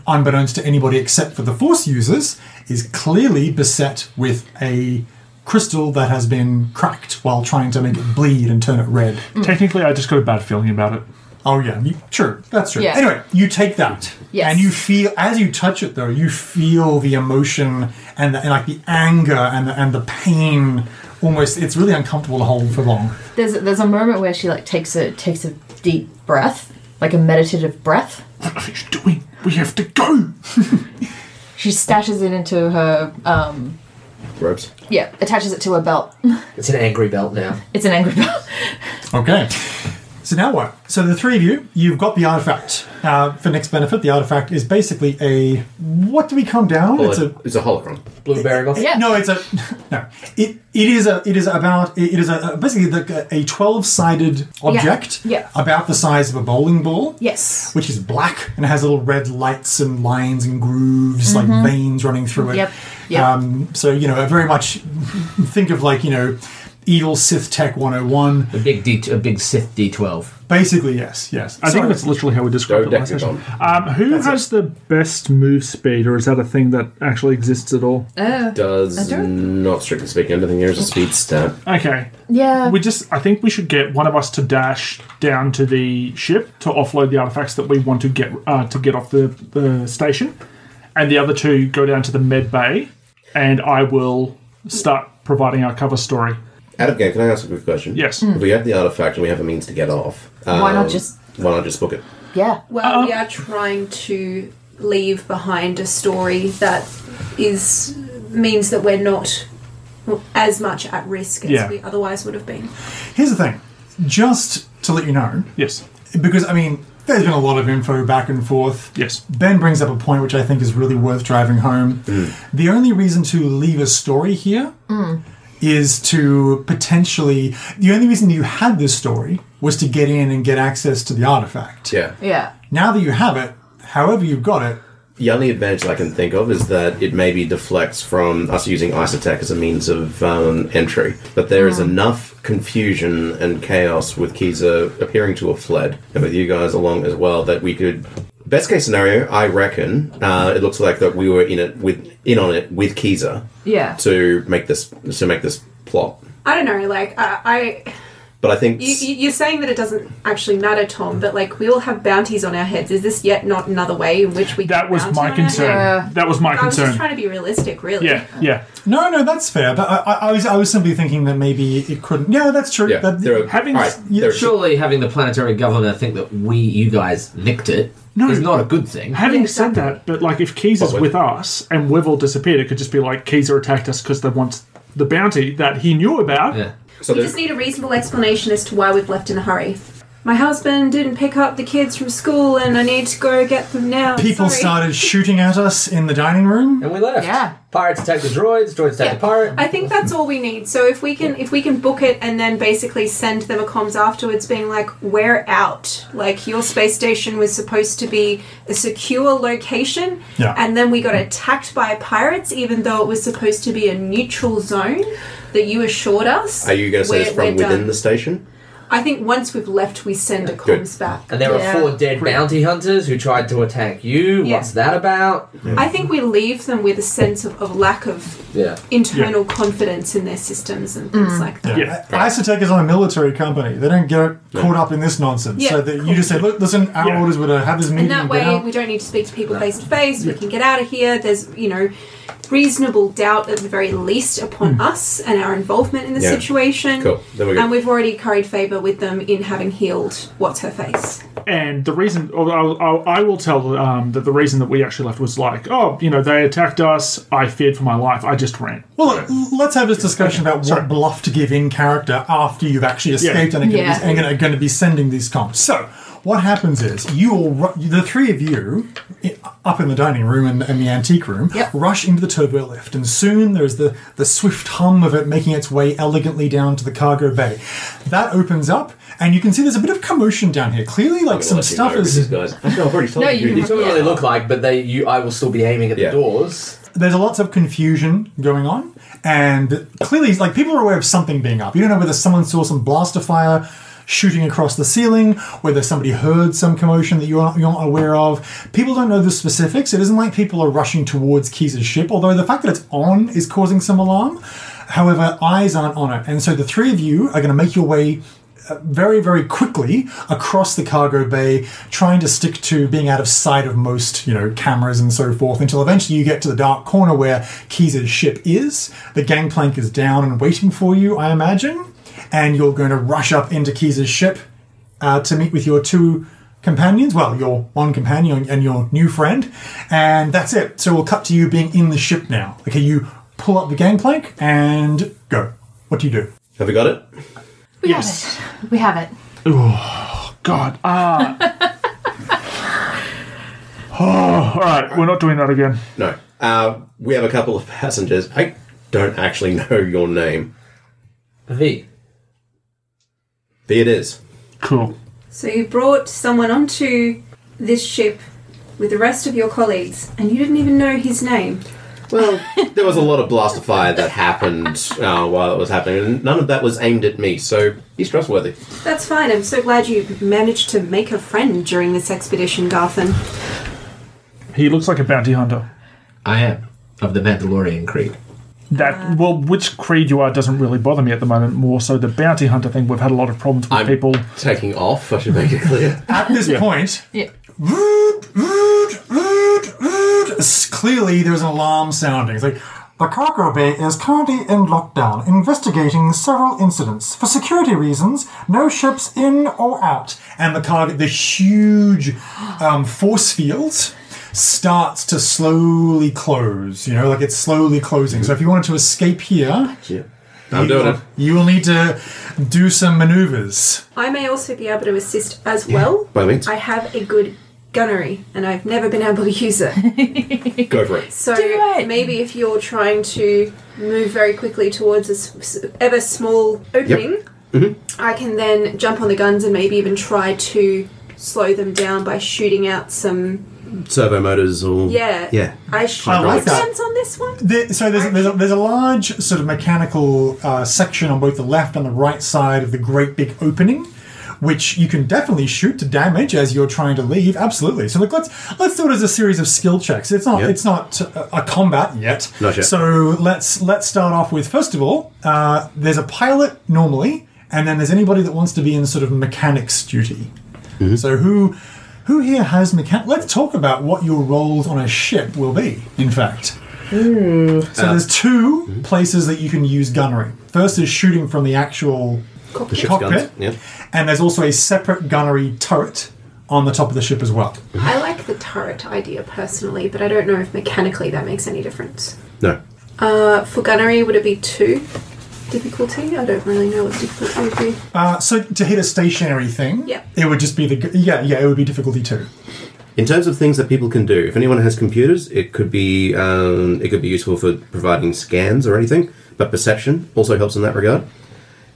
unbeknownst to anybody except for the force users, is clearly beset with a crystal that has been cracked while trying to make it bleed and turn it red. Mm. Technically, I just got a bad feeling about it. Oh yeah, you, true. That's true. Yeah. Anyway, you take that, Yes. and you feel as you touch it though, you feel the emotion and, the, and like the anger and the, and the pain. Almost, it's really uncomfortable to hold for long. There's there's a moment where she like takes a takes a deep breath, like a meditative breath, What are you doing? We have to go. She stashes it into her. Um, Ropes. yeah, attaches it to her belt. It's an angry belt now. It's an angry belt. Okay. So now what? So the three of you, you've got the artifact. Uh, for Nick's benefit, the artifact is basically a what do we come down? Well, it's a it's a holocron. Blue bearing off. Yeah. no, it's a no. It it is a it is about it is a, a- basically the, a twelve sided object Yeah. about the size of a bowling ball. Yes. which is black and has little red lights and lines and grooves like veins running through it. Mm-hmm. Yep, yep. Um, so you know, very much think of like you know, evil Sith Tech 101. A big D, a big Sith D12. Basically, yes, yes. I Sorry. think that's literally how we described it last session. Dodecagon. Um, who has the best move speed, or is that a thing that actually exists at all? Oh. Does don't- not strictly speaking anything. There's a speed stat. Okay, Yeah. we just. I think we should get one of us to dash down to the ship to offload the artifacts that we want to get uh, to get off the, the station, and the other two go down to the med bay, and I will start providing our cover story. Out of game, can I ask a quick question? Yes. Hmm. If we have the artifact and we have a means to get off, Why not um, just- why not just book it? Yeah. Well, Um, we are trying to leave behind a story that is means that we're not as much at risk as Yeah. we otherwise would have been. Here's the thing, just to let you know, Yes. because I mean, there's been a lot of info back and forth. Yes. Ben brings up a point which I think is really worth driving home. Mm. The only reason to leave a story here is to potentially. The only reason you had this story was to get in and get access to the artifact. Yeah. Yeah. Now that you have it, however you've got it, The only advantage I can think of is that it maybe deflects from us using Isotech as a means of um, entry. But there is Hmm. enough confusion and chaos with Kiza appearing to have fled, and with you guys along as well, that we could. Best case scenario, I reckon, uh, it looks like that we were in it with in on it with Kiza Yeah. to make this to make this plot. I don't know, like I, I But I think you, you- you're saying that it doesn't actually matter, Tom, but like we all have bounties on our heads. Is this yet not another way in which we? That was bounty on my our concern. head? Yeah. That was my I was just concern. trying to be realistic, really. Yeah, yeah. no, no, that's fair. But I, I, I was, I was simply thinking that maybe it couldn't. Yeah, that's true. yeah, That- there are, having all right, s- yeah, there are- Surely having the planetary governor think that we, you guys, nicked it is No. not a good thing. Having said that, but like if Keys is What, with us and we've all disappeared, it could just be like Keezer attacked us because they want the bounty that he knew about. Yeah. so We there's- just need a reasonable explanation as to why we've left in a hurry. My husband didn't pick up the kids from school, and I need to go get them now. People Sorry. started shooting at us in the dining room. And we left. Yeah. Pirates attacked the droids, droids attacked Yeah. the pirate. I think that's all we need. So if we can if we can book it and then basically send them a comms afterwards being like, We're out. Like your space station was supposed to be a secure location Yeah. and then we got attacked by pirates even though it was supposed to be a neutral zone that you assured us. are you going to say it's We're- from we're within done. the station? I think once we've left we send a Good. comms back. And there Yeah. are four dead bounty hunters who tried to attack you. Yeah. What's that about? I think we leave them with a sense of, of lack of Yeah. internal confidence in their systems and things like that. Yeah. Isotech is on a military company. They don't get caught up in this nonsense. Yeah, so that you cool. just say, look, listen, our Yeah. orders were to have this meeting. And that get way, out." we don't need to speak to people face to face. We can get out of here. There's, you know, reasonable doubt at the very least upon us and our involvement in the Hmm. Yeah. situation. Cool. There we go. And we've already curried favour with them in having healed what's her face. And the reason, or I'll, I'll, I will tell um, that the reason that we actually left was like, oh, you know, they attacked us. I feared for my life. I just ran. well, look, l- let's have this discussion about what bluff to give in character after you've actually escaped and are going, Yeah. to be, and are going to be sending these comps. So what happens is you all, ru- the three of you, i- up in the dining room and, and the antique room, Yep. rush into the turbo lift, and soon there's the the swift hum of it making its way elegantly down to the cargo bay. That opens up, and you can see there's a bit of commotion down here. Clearly, like I'm gonna some let you stuff know, is because guys. I know, I've already told No, you. you these It's not guys. what they look like, but they, you, I will still be aiming at the Yeah. doors. there's a lots of confusion going on, and clearly, like people are aware of something being up. You don't know whether someone saw some blaster fire shooting across the ceiling, whether somebody heard some commotion that you're not, you're not aware of. People don't know the specifics. It isn't like people are rushing towards Keys' ship, although the fact that it's on is causing some alarm. However, eyes aren't on it, and so the three of you are going to make your way very, very quickly across the cargo bay, trying to stick to being out of sight of most, you know, cameras and so forth, until eventually you get to the dark corner where Keezer's ship is. The gangplank is down and waiting for you, I imagine, and you're going to rush up into Keezer's ship uh, to meet with your two companions, well, your one companion and your new friend, and that's it. So we'll cut to you being in the ship now. Okay, you pull up the gangplank and go. What do you do? Have we got it? We Yes. have it. We have it. God. Ah. oh, all right. We're not doing that again. No. Uh, we have a couple of passengers. I don't actually know your name. V. Be it is. Cool. So you brought someone onto this ship with the rest of your colleagues, and you didn't even know his name. Well, there was a lot of blaster fire that happened uh, while it was happening, and none of that was aimed at me, so he's trustworthy. That's fine. I'm so glad you managed to make a friend during this expedition, Garthan. He looks like a bounty hunter. I am of the Mandalorian creed. That well, which creed you are doesn't really bother me at the moment. More so the bounty hunter thing. We've had a lot of problems with I'm people. taking off, I should make it clear. At this point, Yeah. root, root, root, root. S- Clearly, there's an alarm sounding. It's like, the cargo bay is currently in lockdown, investigating several incidents. For security reasons, no ships in or out. And the cargo, the huge um, force field starts to slowly close, you know, like it's slowly closing. So if you wanted to escape here, I'm doing it. you will need to do some maneuvers. I may also be able to assist as well. By all means. I have a good gunnery, and I've never been able to use it. Go for it. So it. maybe if you're trying to move very quickly towards a s- s- ever small opening, Mm-hmm. I can then jump on the guns and maybe even try to slow them down by shooting out some. Servo motors or. Yeah. Yeah. I shoot I like my that. guns on this one. There, so there's, there's, a, there's a large sort of mechanical uh, section on both the left and the right side of the great big opening, which you can definitely shoot to damage as you're trying to leave. Absolutely. So look, let's let's do it as a series of skill checks. It's not Yep. it's not uh, a, a combat yet. Not yet. So let's let's start off with first of all, uh, there's a pilot normally, and then there's anybody that wants to be in sort of mechanics duty. So who? Who here has mechanic? Let's talk about what your roles on a ship will be. In fact, so there's Uh, 2 hmm. places that you can use gunnery. First is shooting from the actual The ship's cockpit, guns. Yeah. and there's also a separate gunnery turret on the top of the ship as well. Mm-hmm. I like the turret idea personally, but I don't know if mechanically that makes any difference. No. Uh, for gunnery, would it be two difficulty? I don't really know what difficulty would be. Uh, so to hit a stationary thing, Yeah. it would just be the gu- yeah yeah it would be difficulty two. In terms of things that people can do, if anyone has computers, it could be um, it could be useful for providing scans or anything. But perception also helps in that regard.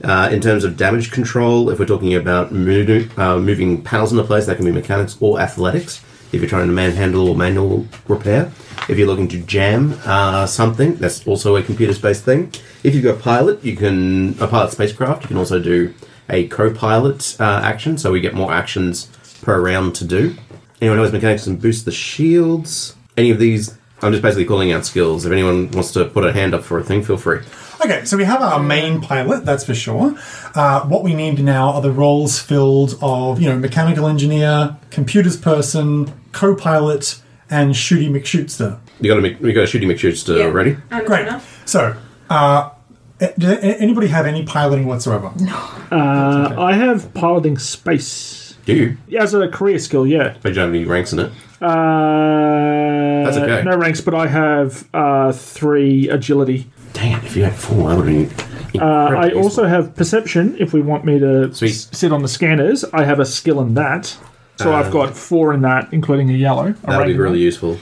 Uh, in terms of damage control, if we're talking about mo- uh, moving panels into place, that can be mechanics or athletics. If you're trying to manhandle or manual repair, if you're looking to jam uh, something, that's also a computer-based thing. If you've got a pilot, you can a pilot spacecraft. You can also do a co-pilot uh, action, so we get more actions per round to do. Anyone knows mechanics and boost the shields. Any of these, I'm just basically calling out skills. If anyone wants to put a hand up for a thing, feel free. Okay, so we have our main pilot, that's for sure. Uh, what we need now are the roles filled of you know mechanical engineer, computers person, co-pilot, and shooty McShootster. You got to we got a shooting McShoots to ready. I'm Great. gonna- So, uh, does anybody have any piloting whatsoever? No. Uh, I have piloting space Do you? as a career skill. Yeah. But you don't have any ranks in it. Uh, That's okay. No ranks, but I have uh, three agility. Dang it! If you had four, I would have been. Uh, I also have perception. If we want me to Sweet. s- sit on the scanners, I have a skill in that. So I've got four in that, including a yellow. a that would Uh, be rank in really useful.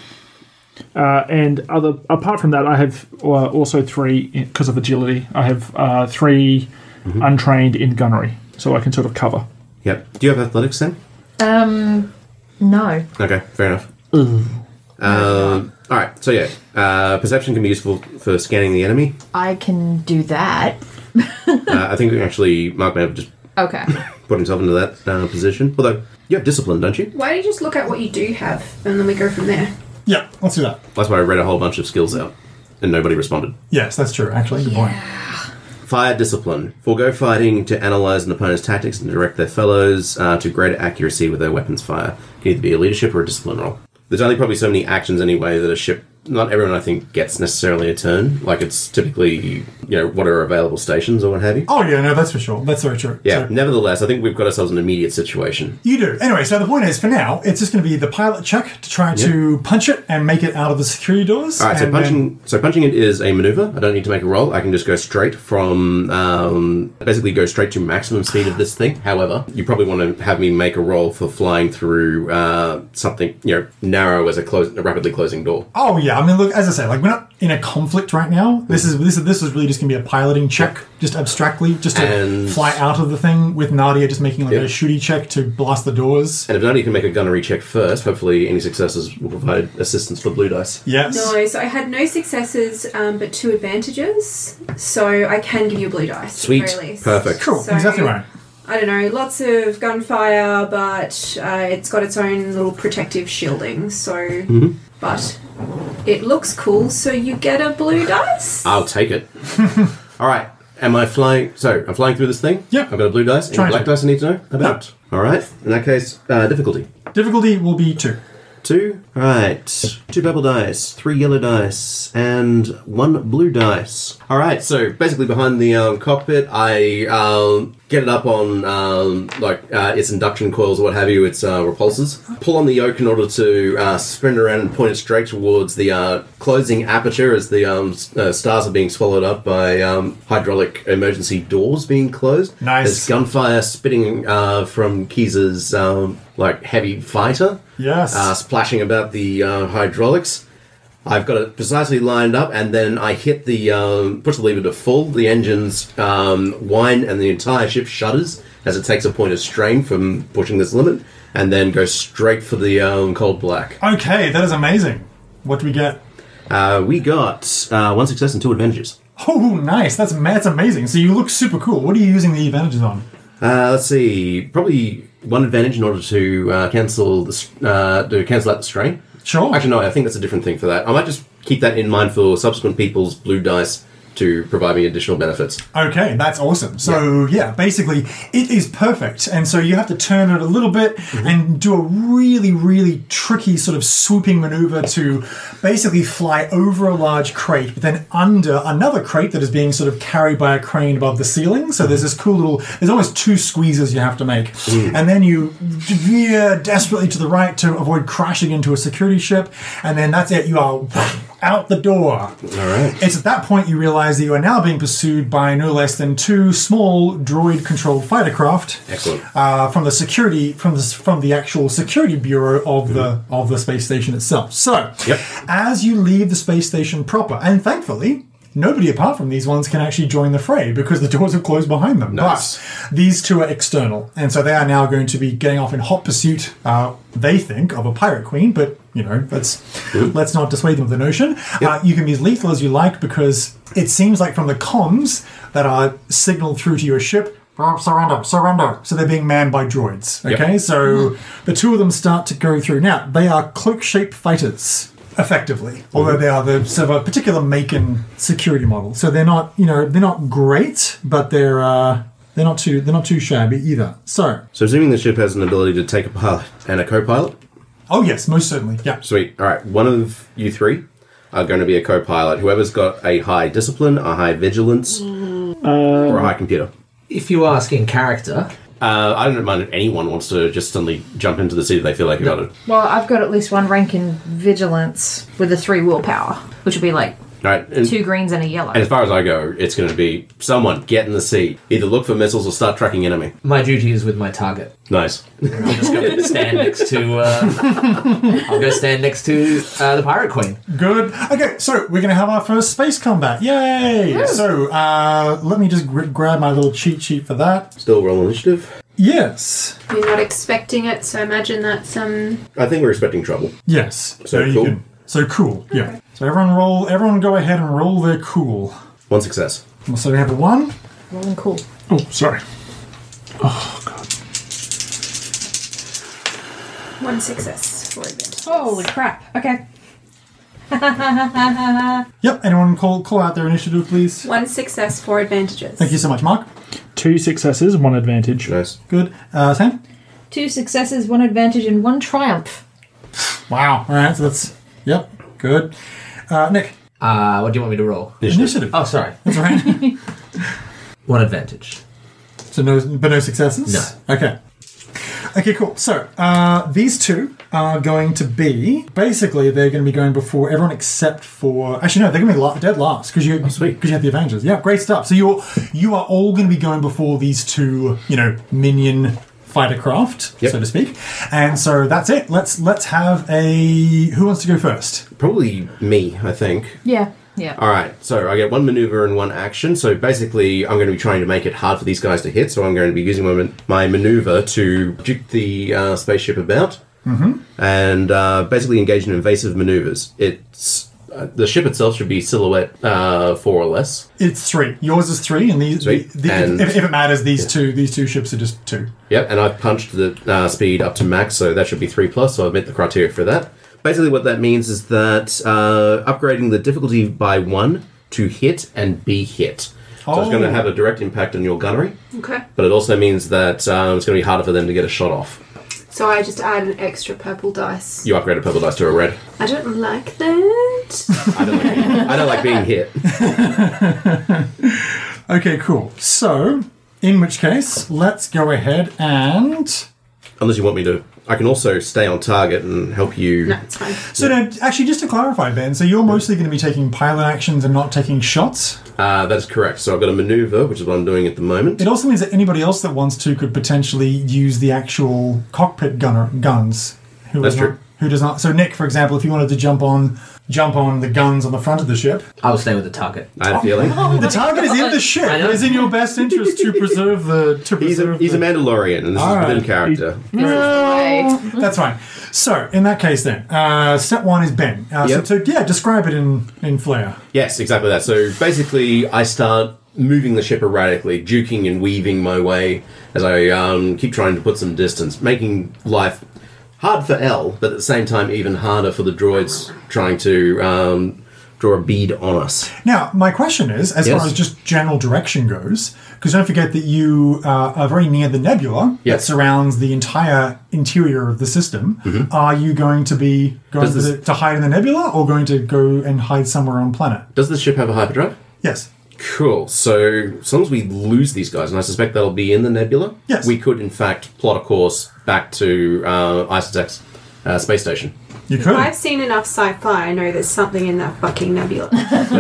Uh, and other apart from that, I have uh, also three because of agility. I have uh, 3 Mm-hmm. untrained in gunnery, so I can sort of cover. Yep. Do you have athletics then? Um, no. Okay, fair enough. Um, all right. So yeah, uh, perception can be useful for scanning the enemy. I can do that. Uh, I think we actually Mark may have just Okay. put himself into that uh, position. Although you have discipline, don't you? Why don't you just look at what you do have and then we go from there? Yeah, let's do that. That's why I read a whole bunch of skills out, and nobody responded. Yes, that's true. Actually, good point. Fire discipline. Forgo fighting to analyze an opponent's tactics and direct their fellows uh, to greater accuracy with their weapons fire. Can either be a leadership or a discipline role. There's only probably so many actions anyway that a ship not everyone I think gets necessarily a turn. Like it's typically you know what are available stations or what have you. Oh yeah, no, that's for sure. That's very true. Yeah. So- Nevertheless, I think we've got ourselves an immediate situation. You do. Anyway, so the point is, for now, it's just going to be the pilot check to try to punch it and make it out of the security doors. All right. So and then- punching. So punching it is a maneuver. I don't need to make a roll. I can just go straight from um, basically go straight to maximum speed of this thing. However, you probably want to have me make a roll for flying through uh, something you know narrow as a close a rapidly closing door. Oh yeah, I mean, look, as I say, like we're not in a conflict right now. This is this is this is really just going to be a piloting check, just abstractly, just to And- fly out of the thing with Nadia just making like Yeah. a shooty check to blast the doors. And if not, you can make a gunnery check first. Hopefully, any successes will provide assistance for the blue dice. Yes. No, so I had no successes, um, but two advantages. So I can give you a blue dice. Sweet. At the very least. Perfect. Cool. So- exactly right. I don't know, lots of gunfire, but uh, it's got its own little protective shielding. So, Mm-hmm. but it looks cool. So you get a blue dice. I'll take it. All right. Am I flying? So I'm flying through this thing. Yep. I've got a blue dice. Any Try black to. dice I need to know about. All right. In that case, uh, difficulty Difficulty will be two. two. All right. Two purple dice, three yellow dice, and one blue dice. All right. So basically, behind the um, cockpit, I um, get it up on um, like uh, its induction coils or what have you. Its uh, repulsors. Pull on the yoke in order to uh, spin it around and point it straight towards the uh, closing aperture as the um, s- uh, stars are being swallowed up by um, hydraulic emergency doors being closed. Nice. There's gunfire spitting uh, from Keezer's um, like heavy fighter Yes. uh, splashing about the uh, hydraulics. I've got it precisely lined up, and then I hit the um, push the lever to full. The engines um, whine, and the entire ship shudders as it takes a point of strain from pushing this limit, and then goes straight for the um, cold black. Okay, that is amazing. What do we get? Uh, we got uh, one success and two advantages. Oh, nice. That's ma- that's amazing. So you look super cool. What are you using the advantages on? Uh, let's see, probably one advantage in order to uh, cancel the s- uh, to cancel out the strain. Sure. Oh, Actually, no, I think that's a different thing for that. I might just keep that in mind for subsequent people's blue dice to provide me additional benefits. Okay, that's awesome. So yeah. basically it is perfect. And so you have to turn it a little bit and do a really, really tricky sort of swooping maneuver to basically fly over a large crate, but then under another crate that is being sort of carried by a crane above the ceiling. So there's this cool little there's almost two squeezes you have to make. And then you veer desperately to the right to avoid crashing into a security ship, and then that's it, you are out the door. All right. It's at that point you realize that you are now being pursued by no less than two small droid-controlled fighter craft. Excellent. Uh, from the security from the from the actual security bureau of the of the space station itself. So, Mm-hmm. Yep. as you leave the space station proper, and thankfully. Nobody apart from these ones can actually join the fray because the doors have closed behind them. Nice. But these two are external, and so they are now going to be getting off in hot pursuit. Uh, they think of a pirate queen, but you know, let's let's not dissuade them of the notion. Uh, you can be as lethal as you like because it seems like from the comms that are signaled through to your ship, "Oh, surrender, surrender. So they're being manned by droids. Yep. Okay, so the two of them start to go through. Now they are cloak-shaped fighters. Effectively, although they are the sort of a particular Macon security model, so they're not, you know, they're not great, but they're uh, they're not too they're not too shabby either. So, So, assuming the ship has an ability to take a pilot and a co-pilot, oh yes, most certainly, yeah. sweet. All right, one of you three are going to be a co-pilot. Whoever's got a high discipline, a high vigilance, or a high computer. If you ask in character, Uh, I don't mind if anyone wants to just suddenly jump into the seat if they feel like about it. Well, I've got at least one rank in vigilance with a three willpower, which would be like All right, and- two greens and a yellow. And as far as I go, it's going to be someone get in the seat. Either look for missiles or start tracking enemy. my duty is with my target. Nice. I'm just going to stand next to. Uh, I'll go stand next to uh, the pirate queen. Good. Okay, so we're gonna have our first space combat. Yay! So uh, let me just gr- grab my little cheat sheet for that. Still roll initiative. Yes. You're not expecting it, so imagine that's um. I think we're expecting trouble. Yes. So cool. so cool. Yeah. So everyone roll. Everyone go ahead and roll their cool. One success. So we have a one. Rolling cool. Oh, sorry. One success for advantage. Holy crap. Okay. Yep. Anyone call call out their initiative, please. One success for advantages. Thank you so much, Mark. Two successes, one advantage. Nice. Good. Uh, Sam. Two successes, one advantage, and one triumph. Wow. All right. So that's yep. Good. Uh, Nick, Uh, what do you want me to roll? initiative. Oh, sorry. That's all right. One advantage. so no, but no successes. No. Okay. Okay, cool. So uh, these two are going to be basically they're going to be going before everyone except for actually no, they're going to be la- dead last because Oh, you because you have the Avengers. Yeah, great stuff. So you're you are all going to be going before these two, you know, minion fighter craft, so to speak. And so that's it. Let's let's have a who wants to go first? Probably me, I think. Yeah, yeah. All right, so I get one maneuver and one action. So basically, I'm going to be trying to make it hard for these guys to hit. So I'm going to be using my, my maneuver to juke the uh, spaceship about and uh, basically engage in invasive maneuvers. It's uh, the ship itself should be silhouette uh, four or less. It's three. Yours is three, and these the, Sweet. the, And- if, if it matters, these two these two ships are just two. Yep, and I've punched the uh, speed up to max, so that should be three plus. So I've met the criteria for that. Basically, what that means is that uh, upgrading the difficulty by one to hit and be hit. So it's going Oh. to have a direct impact on your gunnery. Okay. but it also means that um, it's going to be harder for them to get a shot off. So I just add an extra purple dice. You upgrade a purple dice to a red. I don't like that. I don't like, being- I don't like being hit. Okay, cool. So, in which case, let's go ahead and. So, Unless you want me to. I can also stay on target and help you. no, it's fine. no, actually, just to clarify, Ben, so you're mostly going to be taking pilot actions and not taking shots. Uh, that is correct. So I've got a maneuver, which is what I'm doing at the moment. It also means that anybody else that wants to could potentially use the actual cockpit gunner guns. Who That's is not- true. Who does not? So, Nick, for example, if you wanted to jump on, jump on the guns on the front of the ship. I will stay with the target. I had a feeling. the target is in the ship. I know. It's in your best interest to preserve the. To He's a, preserve he's a the- Mandalorian, and this All is right. within character. This is the way. That's fine. So, in that case, then, uh, step one is Ben. Uh, Yep. so, so, yeah, describe it in, in flair. Yes, exactly that. So basically, I start moving the ship erratically, duking and weaving my way as I um, keep trying to put some distance, making life hard for L, but at the same time, even harder for the droids trying to um, draw a bead on us. Now, my question is, as Yes. far as just general direction goes, because don't forget that you uh, are very near the nebula Yes. Mm-hmm. that surrounds the entire interior of the system. Are you going to be going Does to, this- to hide in the nebula, or going to go and hide somewhere on planet? Does the ship have a hyperdrive? Yes. Cool. So, as long as we lose these guys, and I suspect they'll be in the nebula, Yes. we could, in fact, plot a course back to uh, Isotech's uh, space station. You could. I've seen enough sci-fi. I know there's something in that fucking nebula. That's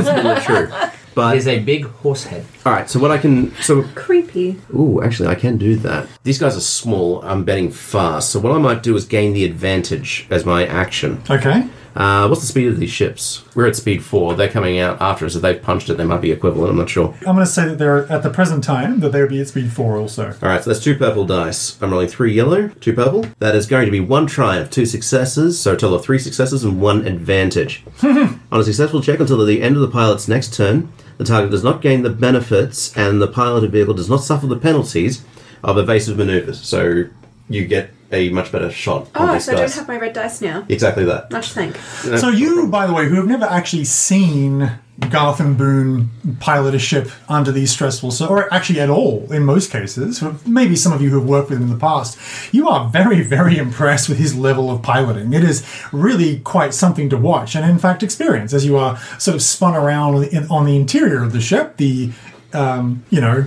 really true. But There's a big horse head. all right, so what I can so Creepy. Ooh, actually, I can do that. These guys are small. I'm betting fast. So what I might do is gain the advantage as my action. Okay. Uh, what's the speed of these ships? We're at speed four. They're coming out after us. If they've punched it, they might be equivalent. I'm not sure. I'm going to say that they're at the present time that they would be at speed four also. All right, so that's two purple dice. I'm rolling three yellow, two purple. That is going to be one triumph, two successes, so a total of three successes and one advantage. On a successful check until the end of the pilot's next turn, the target does not gain the benefits and the piloted vehicle does not suffer the penalties of evasive maneuvers. So you get a much better shot on Oh, these so I don't guys. have my red dice now. exactly that. Much thank. So you, by the way, who have never actually seen Garth and Boone pilot a ship under these stressful, so, or actually at all in most cases, maybe some of you who have worked with him in the past, you are very, very impressed with his level of piloting. It is really quite something to watch and, in fact, experience as you are sort of spun around on the, on the interior of the ship, the, um, you know,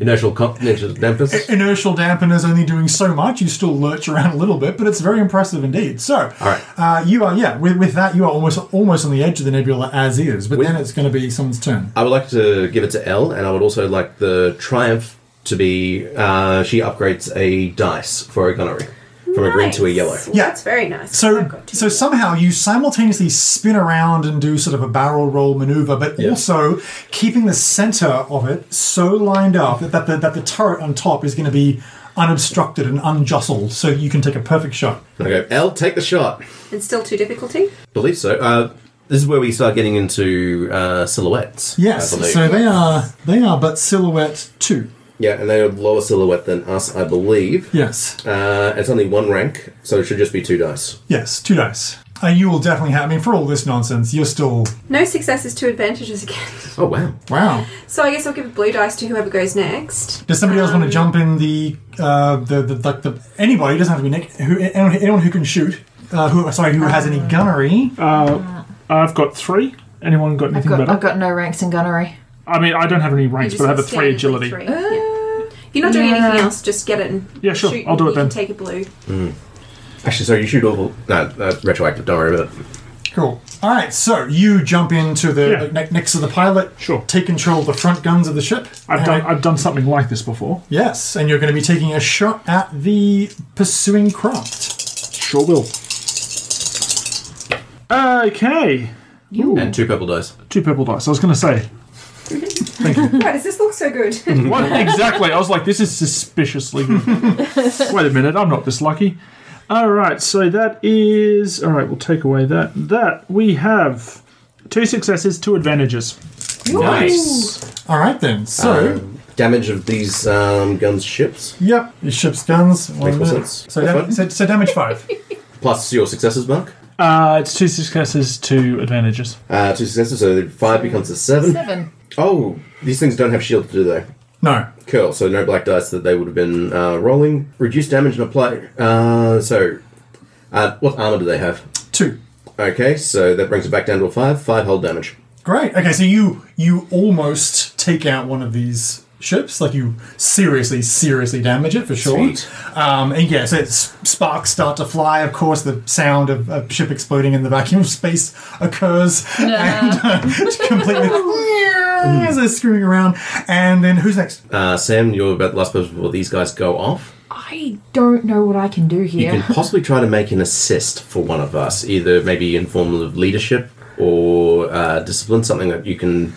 Inertial co- inertial dampers. inertial dampeners only doing so much. You still lurch around a little bit, but it's very impressive indeed. So, All right. uh, you are yeah. With, with that, you are almost almost on the edge of the nebula as is. But With- then it's going to be someone's turn. I would like to give it to L, and I would also like the triumph to be uh, she upgrades a dice for a gunnery from a green to a Nice. yellow. Well, Yeah. that's very nice. So, I've got two so somehow you simultaneously spin around and do sort of a barrel roll maneuver, but also keeping the center of it so lined up that, that, the, that the turret on top is going to be unobstructed and unjostled, so you can take a perfect shot. And I go, L, take the shot. And still two difficulty. Believe so. Uh, this is where we start getting into uh, silhouettes. Yes, I believe. so they are they are but silhouette two. yeah, and they have lower silhouette than us, I believe. Yes. Uh, it's only one rank, so it should just be two dice. Yes, two dice. And you will definitely have. I mean, for all this nonsense, you're still. No successes, two advantages again. Oh wow! Wow. So I guess I'll give a blue dice to whoever goes next. Um, Does somebody Um, else want to jump in the uh, the the, like the anybody? It doesn't have to be Nick. Who anyone, anyone who can shoot? Uh, who sorry, who has any gunnery? I've got three. Anyone got I've anything got, better? I've got no ranks in gunnery. I mean, I don't have any ranks, but I have a three agility. Three. yeah. If You're not doing yeah. anything else. Just get it and Yeah, sure, Shoot. I'll do it you then. Can take a blue. Actually, sorry, you shoot all. No, that's retroactive. Don't worry about it. Cool. All right, so you jump into the Yeah. like, ne- next to the pilot. Sure. Take control of the front guns of the ship. I've and- done I've done something like this before. yes, and you're going to be taking a shot at the pursuing craft. Sure will. Okay, And two purple dice. two purple dice. I was going to say Why does this look so good? What- exactly. I was like, this is suspiciously good. Wait a minute, I'm not this lucky. All right, so that is all right. We'll take away that. That we have two successes, two advantages. Nice. All right then. So damage of these um, guns ships yep, your ship's guns. One Makes more minute. sense. So, dam- Fine. so, so damage five. plus your successes, Mark. Uh, it's two successes, two advantages. Uh, two successes, so five becomes a seven. Seven. Oh, these things don't have shield, do they? No. Cool. So no black dice that they would have been uh, rolling. Reduce damage and apply. Uh, so, uh, what armor do they have? Two. Okay, so that brings it back down to a five. Five hull damage. Great. Okay, so you you almost take out one of these ships. Like you seriously, seriously damage it for sure. Sweet. Um, and yeah, so it's, sparks start to fly. Of course, the sound of a ship exploding in the vacuum of space occurs, and uh, it's completely as they're screwing around. And then who's next? Uh, Sam, you're about the last person before these guys go off. I don't know what I can do You here. can possibly try to make an assist for one of us, either maybe in form of leadership or uh, discipline, something that you can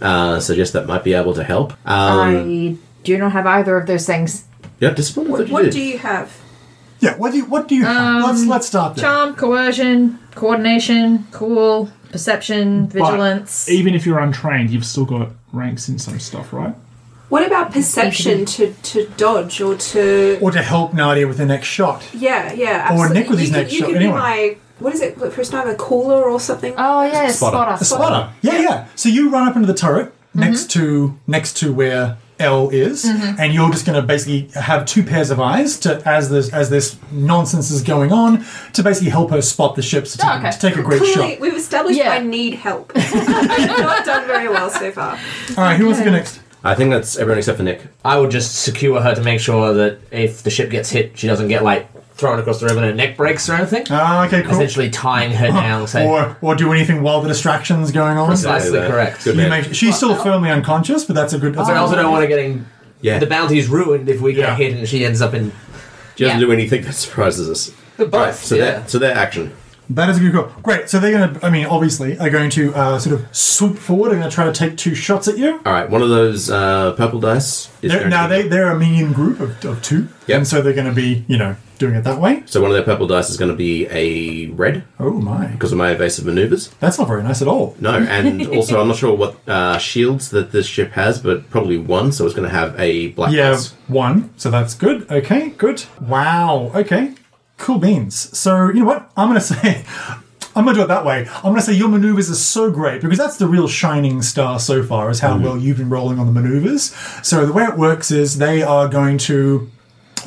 uh, suggest that might be able to help. Um, I do not have either of those things. yeah, discipline. I thought you what did. do you have? Yeah. What do you What do you? have? Let's let's start there. Charm, coercion, coordination, cool, perception, But vigilance. e- even if you're untrained, you've still got ranks in some stuff, right? What about perception to, to dodge or to Or to help Nadia with the next shot. yeah yeah Or absolutely. Nick with his you next can, shot, You can anyway. be my what is it for a sniper cooler or something? oh yeah, spotter. A spotter. Yeah, yeah. So you run up into the turret next Mm-hmm. to next to where L is, and you're just going to basically have two pairs of eyes to as this as this nonsense is going on to basically help her spot the ships to, Oh, take- okay. to take a great Clearly, shot. we've established Yeah. I need help. Not done very well so far. All right, who wants to go next? I think that's everyone except for Nick. I would just secure her to make sure that if the ship gets hit, she doesn't get like thrown across the river and her neck breaks or anything. Oh. Ah, okay, cool. Essentially tying her down. So Or or do anything while the distraction's going on. Precisely. Nicely Uh, correct. Good You man. make, she's still firmly unconscious, but that's a good. That's I a also don't want to getting yeah. the bounty's ruined if we get Yeah. hit and she ends up in She doesn't Yeah. do anything that surprises us. both. Right, so yeah. that so their action. That is a good call. Great. So they're going to, I mean, obviously, are going to uh, sort of swoop forward and going to try to take two shots at you. All right, one of those uh, purple dice is They're, going now to they they're a minion group of, of two, Yep. and so they're going to be you know doing it that way. So one of their purple dice is going to be a red Oh my, because of my evasive maneuvers. that's not very nice at all. No, and also I'm not sure what uh, shields that this ship has, but probably one. So it's going to have a black Yeah, dice. one. So that's good. Okay, good. Wow. Okay, cool beans. So you know what? I'm going to say. I'm gonna do it that way. I'm gonna say your maneuvers are so great because that's the real shining star so far is Mm-hmm. how well you've been rolling on the maneuvers. So the way it works is they are going to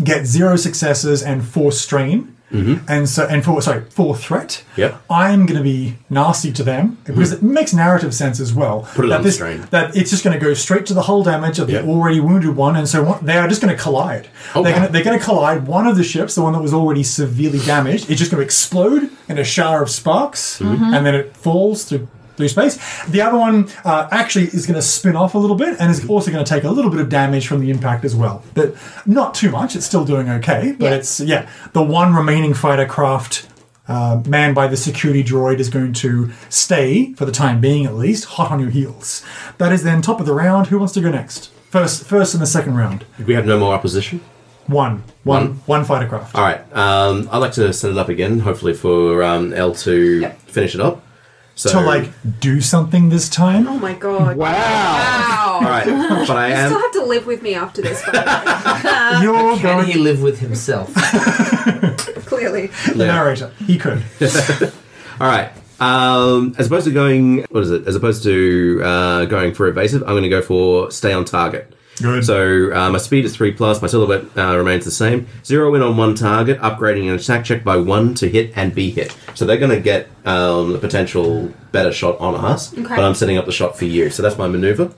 get zero successes and four strain, and so and four sorry four threat. Mm-hmm. Yep. Mm-hmm. I'm going to be nasty to them because it makes narrative sense as well. Put it that on this, strain. That it's just going to go straight to the hull damage of Yep. the already wounded one, and so what, they are just going to collide. Oh, they're wow. going to they're going to collide. One of the ships, the one that was already severely damaged, it's just going to explode in a shower of sparks, and then it falls through. Through space. The other one uh, actually is going to spin off a little bit and is also going to take a little bit of damage from the impact as well. But not too much. It's still doing okay. But Yeah. it's, yeah, the one remaining fighter craft uh, manned by the security droid is going to stay, for the time being at least, hot on your heels. That is then top of the round. Who wants to go next? First, first and the second round. We have no more opposition. One, one, one fighter craft. All right, um, I'd like to send it up again, hopefully for um, L to finish it up. So to like do something this time. Oh my god! Wow! all right, but I You still am. have to live with me after this, by the You're Can going he live with himself? way, clearly. the narrator. He could. All right. Um, as opposed to going, what is it? As opposed to uh, going for evasive, I'm going to go for stay on target. Good. So uh, my speed is three plus. My silhouette uh, remains the same. Zero in on one target, upgrading an attack check by one to hit and be hit. So they're going to get um, a potential better shot on us, but I'm setting up the shot for you. So that's my maneuver.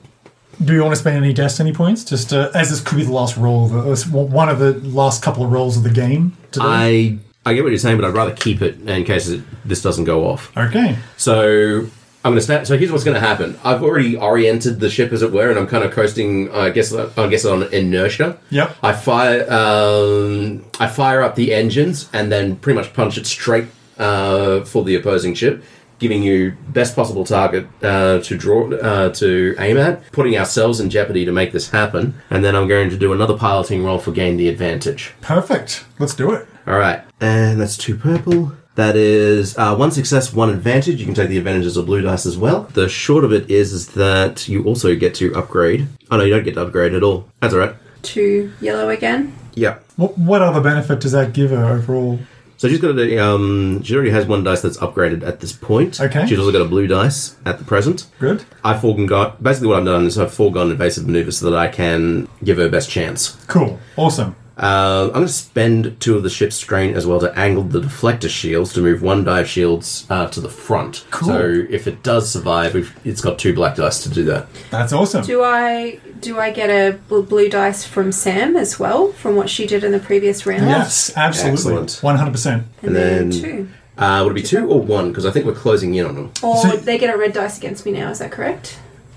Do you want to spend any destiny points? Just uh, as this could be the last roll, of the, uh, one of the last couple of rolls of the game today. I I get what you're saying, but I'd rather keep it in case it, this doesn't go off. okay. So I'm gonna snap. So here's what's gonna happen. I've already oriented the ship, as it were, and I'm kind of coasting. I guess I guess on inertia. Yep. I fire. Um, I fire up the engines and then pretty much punch it straight uh, for the opposing ship, giving you best possible target uh, to draw uh, to aim at, putting ourselves in jeopardy to make this happen. And then I'm going to do another piloting roll for gain the advantage. Perfect. Let's do it. All right, and that's two purple. That is uh, one success, one advantage. You can take the advantages of blue dice as well. The short of it is, is that you also get to upgrade. Oh no, you don't get to upgrade at all. That's all right. to yellow again. Yeah. What, what other benefit does that give her overall? So she's got a. Um, she already has one dice that's upgraded at this point. Okay. She's also got a blue dice at the present. Good. I've foregone. Basically, what I've done is I've foregone evasive maneuver so that I can give her best chance. Cool. Awesome. Uh, I'm going to spend two of the ship's strain as well to angle the deflector shields to move one die of shields uh, to the front. Cool. So if it does survive, we've- it's got two black dice to do that. That's awesome. Do I do I get a bl- blue dice from Sam as well from what she did in the previous round? Yes, absolutely. Excellent. 100%. And, And then, then- two. Uh, would it be two or one? Because I think we're closing in on them. Or So- they get a red dice against me now, is that correct?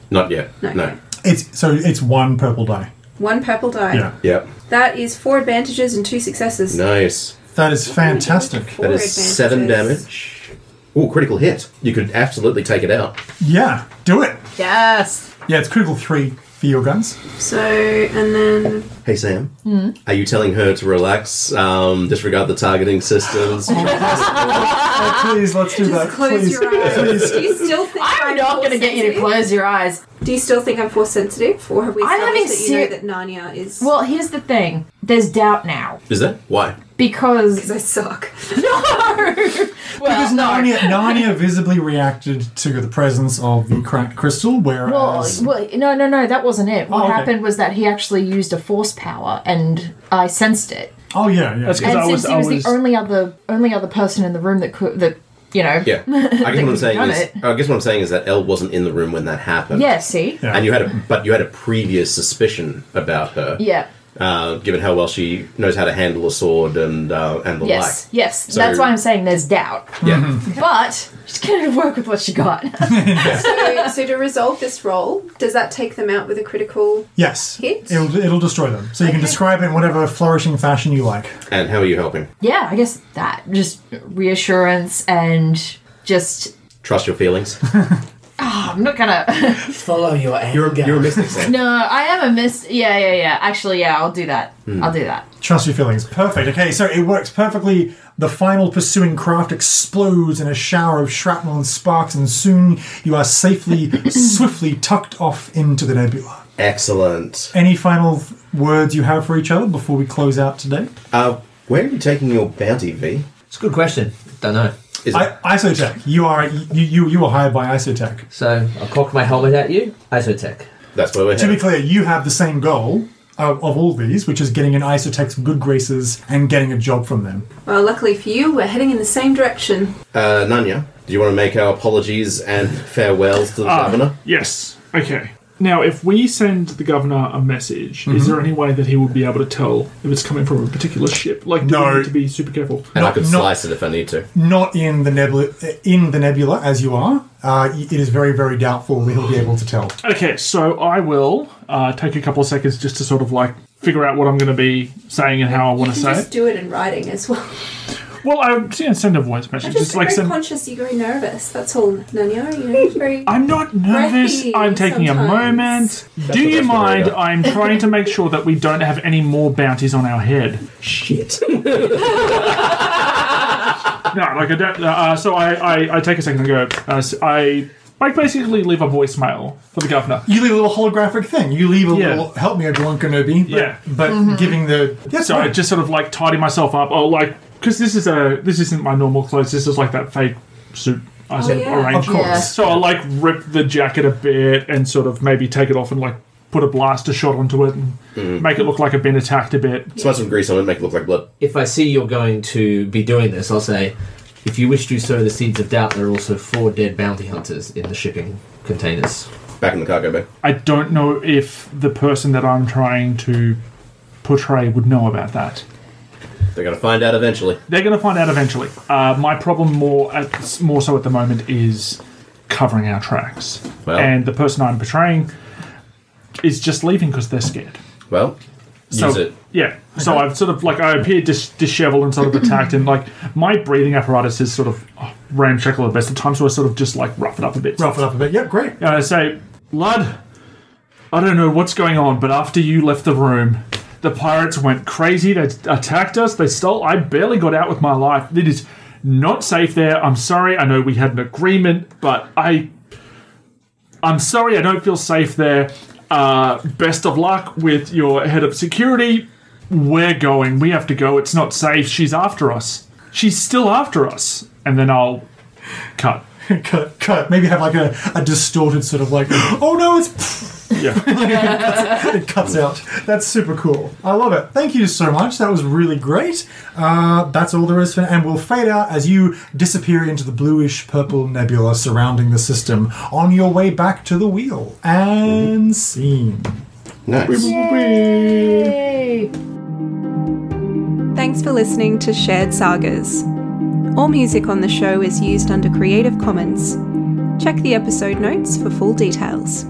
Not yet. No. No. It's So it's one purple die. One purple die. Yeah. Yep. That is four advantages and two successes. Nice. That is fantastic. Four That is seven advantages. damage. Ooh, critical hit. You could absolutely take it out. Yeah, do it. Yes. Yeah, it's critical three for your guns. So and then Hey, Sam. Hmm? Are you telling her to relax, um, disregard the targeting systems? Oh, please, let's do that. Ah, close please. your eyes. Do you still think I'm, not force going to get you to sensitive? close your eyes. Do you still think I'm force sensitive? Or have we I'm having established that you know ser- that Narnia is Well, here's the thing. There's doubt now Is that? Why? because I suck. no. Because Narnia, Narnia visibly reacted to the presence of the cracked crystal, Well, whereas well, no, no, no, that wasn't it. What Oh, okay. happened was that he actually used a force power, and I sensed it. oh yeah, yeah, That's yeah. good. And I since was- he I was, was- the only other only other person in the room that could that you know. Yeah. I guess what I'm saying done is, it. I guess what I'm saying is that Elle wasn't in the room when that happened. Yeah, See. Yeah. And you had a, but you had a previous suspicion about her. Yeah. Uh, given how well she knows how to handle a sword and uh, and the Yes. Yes. So- That's why I'm saying there's doubt. like. Yeah. Mm-hmm. But she's going to work with what she got. so, so to resolve this roll, does that take them out with a critical? yes, Hit? it'll it'll destroy them. So you can Okay. describe it in whatever flourishing fashion you like. And how are you helping? yeah. I guess that just reassurance and just. oh, Trust your feelings. I'm not gonna. Follow your anger. You're a, you're a mystic, Sam. no, I am a miss. Yeah, yeah, yeah. Actually, yeah, I'll do that. I'll do that. Trust your feelings. Perfect. Okay, so it works perfectly. The final pursuing craft explodes in a shower of shrapnel and sparks, and soon you are safely, swiftly tucked off into the nebula. Excellent. Any final th- words you have for each other before we close out today? Uh, where are you taking your bounty, V? It's a good question. Don't know. Is I, Isotech, you are you you, you were hired by Isotech. So I cocked my helmet at you. Isotech. that's where we're To be heading. clear, you have the same goal of, of all these, which is getting an Isotech's good graces and getting a job from them. Well, luckily for you, we're heading in the same direction. Uh, Nanya, do you want to make our apologies and farewells to the Ah. governor? Yes. Okay. Now, if we send the governor a message, is Mhm. there any way that he would be able to tell if it's coming from a particular ship? Like, do we No. need to be super careful? And I Not- could not- slice it if I need to. Not in the nebula, in the nebula as you are. Uh, y- it is very very doubtful that he'll be able to tell. Okay, so I will uh, take a couple of seconds just to sort of like figure out what I'm going to be saying and how I want to You say just it. do it in writing as well. Well, I yeah, send a voice message. I'm Just, just, like very send. conscious. You're very nervous. That's all, Nanya. You know, very. I'm not nervous. breathy I'm taking a sometimes. moment. That's Do what you that's what I mind? got. I'm trying to make sure that we don't have any more bounties on our head. Shit. No, like I don't. Uh, so I, I, I take a second and go. Uh, s- I like basically leave a voicemail for the governor. You leave a little holographic thing. You leave a Yeah. little help me, Obi Wan Kenobi. But, Yeah. but giving the that's So I right. just sort of like tidy myself up. Oh, like because this is a this isn't my normal clothes. This is like that fake suit. I sort yeah. of arranged. Of course. Yeah. So I like rip the jacket a bit and sort of maybe take it off and like put a blaster shot onto it and make it look like I've been attacked a bit. Smudge some grease on it, make it look like blood. If I see you're going to be doing this, I'll say, if you wish to sow the seeds of doubt, there are also four dead bounty hunters in the shipping containers. Back in the cargo bay. I don't know if the person that I'm trying to portray would know about that. They're gonna find out eventually. They're going to find out eventually. Uh, my problem more at, more so at the moment is covering our tracks, Well. and the person I'm portraying is just leaving because they're scared. Well, So, use it. Yeah. So I've sort of like I appear dis- disheveled and sort of attacked, and like my breathing apparatus is sort of oh, ramshackle at best at times, so I sort of just like rough it up a bit. Rough it up a bit. Yep, great. And I say, lad, Uh, I don't know what's going on, but after you left the room, the pirates went crazy. They attacked us. They stole. I barely got out with my life. It is not safe there. I'm sorry. I know we had an agreement, but I, I'm sorry. I don't feel safe there. Uh, best of luck with your head of security. We're going. We have to go. It's not safe. She's after us. She's still after us. And then I'll cut. Cut, cut. Maybe have like a, a distorted sort of like, oh no, it's Yeah. it cuts out. That's super cool. I love it. Thank you so much. That was really great. Uh, that's all there is for And we'll fade out as you disappear into the bluish purple nebula surrounding the system on your way back to the wheel. And scene. Nice. Yay. Thanks for listening to Shared Sagas. All music on the show is used under Creative Commons. Check the episode notes for full details.